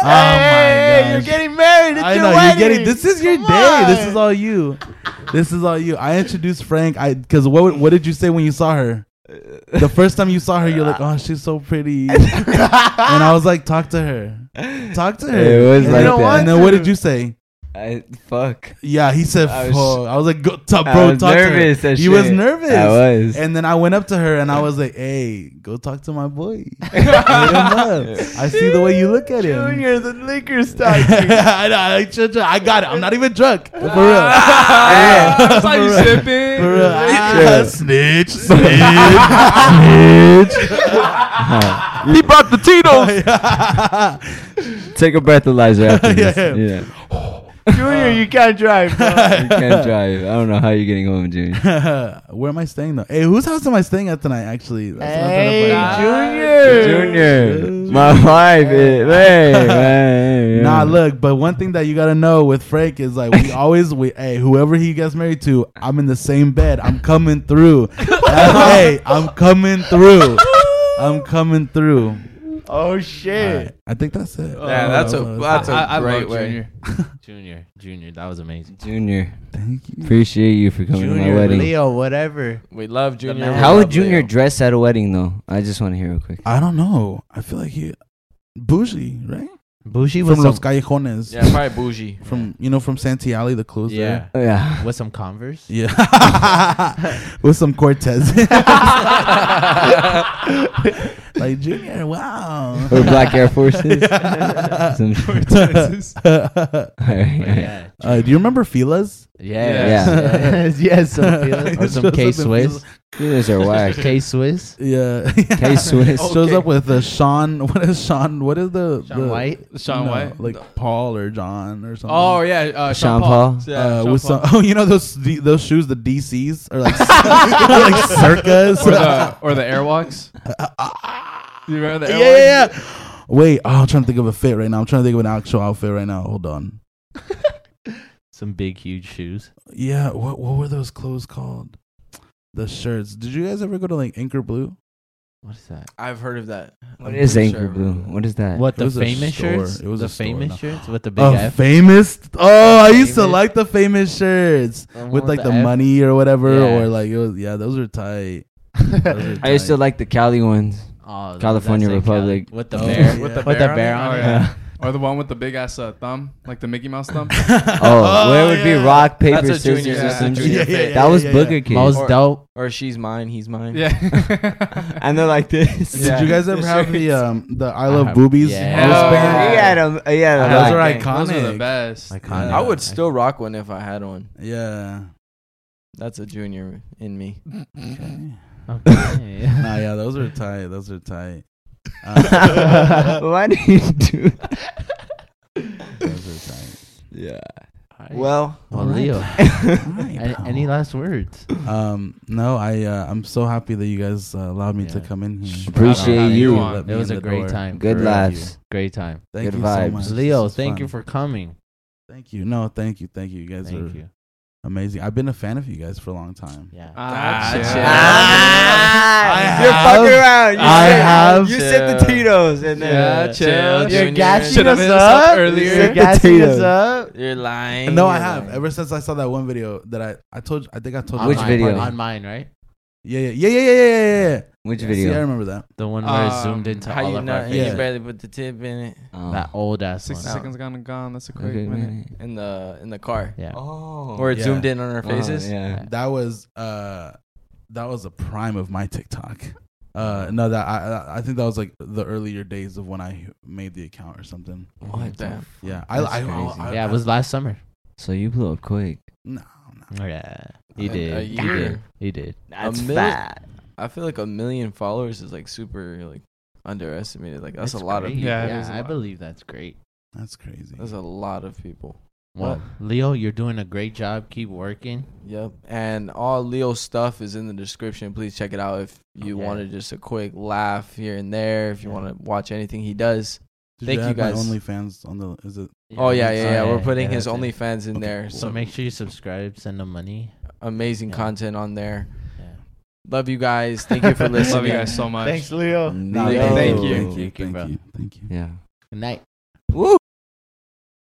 A: oh
D: Hey,
A: my
D: you're
A: gosh.
D: getting married. It's
A: I
D: your
A: know
D: wedding.
A: you're getting. This is your
D: Come
A: day. This
D: on.
A: is all you. This is all you. I introduced Frank. I because what what did you say when you saw her? The first time you saw her, you're like, oh, she's so pretty, and I was like, talk to her, talk to her.
B: It was
A: and
B: like
A: then-
B: that.
A: and then what did you say?
B: I, fuck.
A: Yeah, he said,
B: I was-
A: "Fuck." I was like, go, talk,
B: I
A: bro,
B: was
A: talk
B: nervous
A: to her.
B: as
A: He was
B: shit.
A: nervous.
B: I was.
A: And then I went up to her and I was like, hey, go talk to my boy. Hit him up. I see the way you look at him.
D: Junior, the liquor stock.
A: I, know, I, should- should- I got it. I'm not even drunk. For real. For real.
E: That's how you sipping.
A: For real. Ah,
B: Sure.
A: snitch, snitch, snitch.
B: He brought the Tito.
A: yeah.
B: Take a breathalyzer after
A: Yeah.
B: this. Yeah.
D: Junior, you can't drive. Bro.
B: You can't drive. I don't know how you're getting home, Junior.
A: Where am I staying though? Hey, whose house am I staying at tonight? Actually, That's what I'm trying to
D: hey,
A: find
D: Junior.
A: out.
B: Junior, my wife. Is, hey, man, yeah.
A: Nah, look, but one thing that you gotta know with Frank is like we always we hey, whoever he gets married to, I'm in the same bed. I'm coming through. That's- hey, I'm coming through. I'm coming through.
D: Oh
A: All
D: shit.
A: right, I think that's it.
C: yeah, that's a Oh, that's a
E: I, I
C: great
E: love
C: way.
E: Junior.
F: Junior. Junior. That was amazing.
B: Junior,
A: Thank you.
B: appreciate you for coming to my
D: Junior,
B: wedding.
D: Leo, whatever.
C: We love Junior.
F: man.
C: We
B: How
C: love
B: would Junior
C: Leo.
B: dress at a wedding, though? I just want to hear real quick.
A: I don't know. I feel like he bougie, right?
F: Bushi was
A: From
F: some,
A: Los Callejones.
C: Yeah, probably bougie.
A: From you know from Santee Alley, the clothes
F: yeah.
A: there.
B: Oh, yeah.
F: With some Converse.
A: Yeah. With some Cortez. like Junior, wow.
B: Or black Air Forces. Some-
A: uh,
B: All right, all right.
F: Yeah.
A: do you remember Fila's?
F: Yes. Yes. yes. Some Felix or some
A: Shows up
F: K
A: in
F: Swiss.
B: You guys are whack.
F: K Swiss.
A: Yeah.
B: K-Swiss.
A: Shows up with uh, Sean. What is Sean? What is the.
F: Sean
A: the-
F: White.
E: Sean
A: no,
E: White.
A: Like Paul or John or something.
E: Oh yeah, uh,
B: Sean
E: Sean, Paul.
B: Paul.
E: Yeah,
A: Uh,
E: Sean
A: with some,
E: Paul.
A: oh, you know those D- those shoes, the DCs are like like circas.
E: or the or the Airwalks. uh, you remember the
A: yeah,
E: Airwalks?
A: yeah, yeah. Wait, oh, I'm trying to think of a fit right now. I'm trying to think of an actual outfit right now. Hold on.
F: Some big, huge shoes.
A: Yeah, what what were those clothes called? The shirts. Did you guys ever go to like Anchor Blue?
F: What is that?
C: I've heard of that.
B: What
C: I'm
B: is
C: pretty
B: Anchor
C: sure I
B: Blue?
C: remember
B: What is that?
F: What the
A: was a
F: famous
A: store.
F: shirts?
A: It was
F: the
A: a store,
F: famous
A: no.
F: shirts with the big
A: A
F: F. Oh,
A: famous. Oh, I used to
F: Famous.
A: like the famous shirts
F: The one
A: with like the,
F: F.
A: money or whatever,
F: Yeah.
A: or like it was. Yeah, those were tight. Those were
B: I used to
A: tight.
B: like the Cali ones.
F: Oh, that-
B: California
F: that's it, Cali.
B: Republic.
F: with the
A: Oh,
F: bear.
A: yeah.
F: With
A: With
F: the
A: the
F: bear, on,
E: Oh,
F: it.
E: yeah. or the one with the big ass uh, thumb, like the Mickey Mouse thumb.
B: Oh, where would be rock, paper,
C: That's a
B: scissors,
C: junior-
B: or
C: that's a
B: something?
C: junior fit.
B: that was
A: yeah, yeah.
B: Booger King.
F: Most
C: Or-
F: dope.
C: Or she's mine, he's mine.
E: yeah.
B: and they're like this.
A: Did you guys ever have the um the I love
F: have-
A: boobies?
F: yeah.
A: wristband?
E: Yeah.
B: He had a, he had a
A: Those
B: lot.
A: are
C: Dang,
A: iconic.
E: Those are the best.
A: Iconic.
C: Uh, I would still rock one if I had one.
A: Yeah.
C: That's a junior in me.
F: Okay.
A: Nah, yeah, those are tight. Those are tight. Uh,
B: Why do you do that?
A: those are tight.
B: Yeah.
F: All right.
B: Well,
F: well, Leo.
A: All right,
F: Any,
A: pal.
F: any last words?
A: Um, no, I uh, I'm so happy that you guys uh, allowed me to
F: Yeah.
A: come in here.
B: Appreciate
A: Let me
B: you.
A: in
F: It was
A: the
F: a great
A: door.
F: time.
B: good
F: for
B: laughs.
F: you. Great time.
A: Thank
B: Good
A: you
B: vibes.
A: so much.
F: Leo,
A: This is
F: thank you
A: fun.
F: for coming.
A: Thank you. No, thank you. Thank you. You guys are
F: Thank you.
A: amazing. I've been a fan of you guys for a long time.
F: Yeah.
E: Ah,
C: Gotcha.
E: shit.
B: Ah,
A: I
B: you're fucking
A: have-
B: around. You
A: I
B: said,
A: have-
B: You said the Tito's and then
E: Yeah, chill.
C: You're
E: junior.
C: gassing
F: us
E: Should've hit up
F: up.
E: earlier.
B: You're gassing us
F: up.
C: You're lying.
A: No,
C: you're
A: I have.
C: lying.
A: Ever since I saw that one video that I I told you, I think I told
F: On
A: you
B: Which
A: about
F: mine,
A: it.
B: video?
F: On mine, right?
A: Yeah, yeah, yeah, yeah, yeah, yeah, yeah, yeah.
B: Which
A: See, I
B: video?
A: remember that.
F: The one where it's
E: Um,
F: zoomed into
C: How
F: all
C: you
F: of
C: not?
F: our
A: Yeah.
C: You
F: faces.
C: barely put the tip in it
F: That old ass one.
E: 60 seconds gone and gone. That's a quick
B: Oh. Okay,
E: minute.
B: wait.
C: in the in the car,
F: Yeah.
B: Oh.
C: where it
A: Yeah.
C: zoomed in on our
B: Wow,
C: faces.
B: yeah.
A: That was uh, that was a prime of my TikTok. Uh, no, that I I- I think that was like the earlier days of when I made the account or something.
C: What the?
A: Yeah, I,
B: That's
A: I,
B: crazy.
A: I, I,
F: Yeah, it was last summer.
B: So you blew up quick.
A: no, no.
F: Yeah. He
C: A- a
F: did. He
C: year.
F: did. He did.
B: That's
C: mil-
B: fat.
C: I feel like a million followers is like super like underestimated. Like that's a lot
F: great.
C: of people.
E: Yeah, it
F: Yeah,
E: is a
F: I
E: lot.
F: believe that's great.
A: That's crazy.
C: That's a lot of people.
F: Well, Leo, you're doing a great job. Keep working.
C: Yep. And all Leo's stuff is in the description. Please check it out if you
F: Yeah.
C: wanted just a quick laugh here and there. If you
F: Yeah.
C: want to watch anything he does.
A: Did
C: Thank you
A: add my
C: guys.
A: OnlyFans on the is it?
C: Oh yeah, yeah,
F: Oh,
C: yeah. We're putting
F: yeah,
C: his
F: that's it.
C: OnlyFans in
A: Okay,
C: there.
A: cool.
F: So
C: Some
F: make sure you subscribe, send them money.
C: amazing
F: Yeah.
C: content on there.
F: Yeah.
C: Love you guys. Thank you for listening.
E: Love you guys so much.
F: Leo.
B: Thank
A: Nah,
C: you.
A: thank
C: Thank
A: you.
F: Oh, you.
A: Thank you.
F: Thank you, bro.
A: Thank you. Thank you.
B: Yeah.
F: Good night.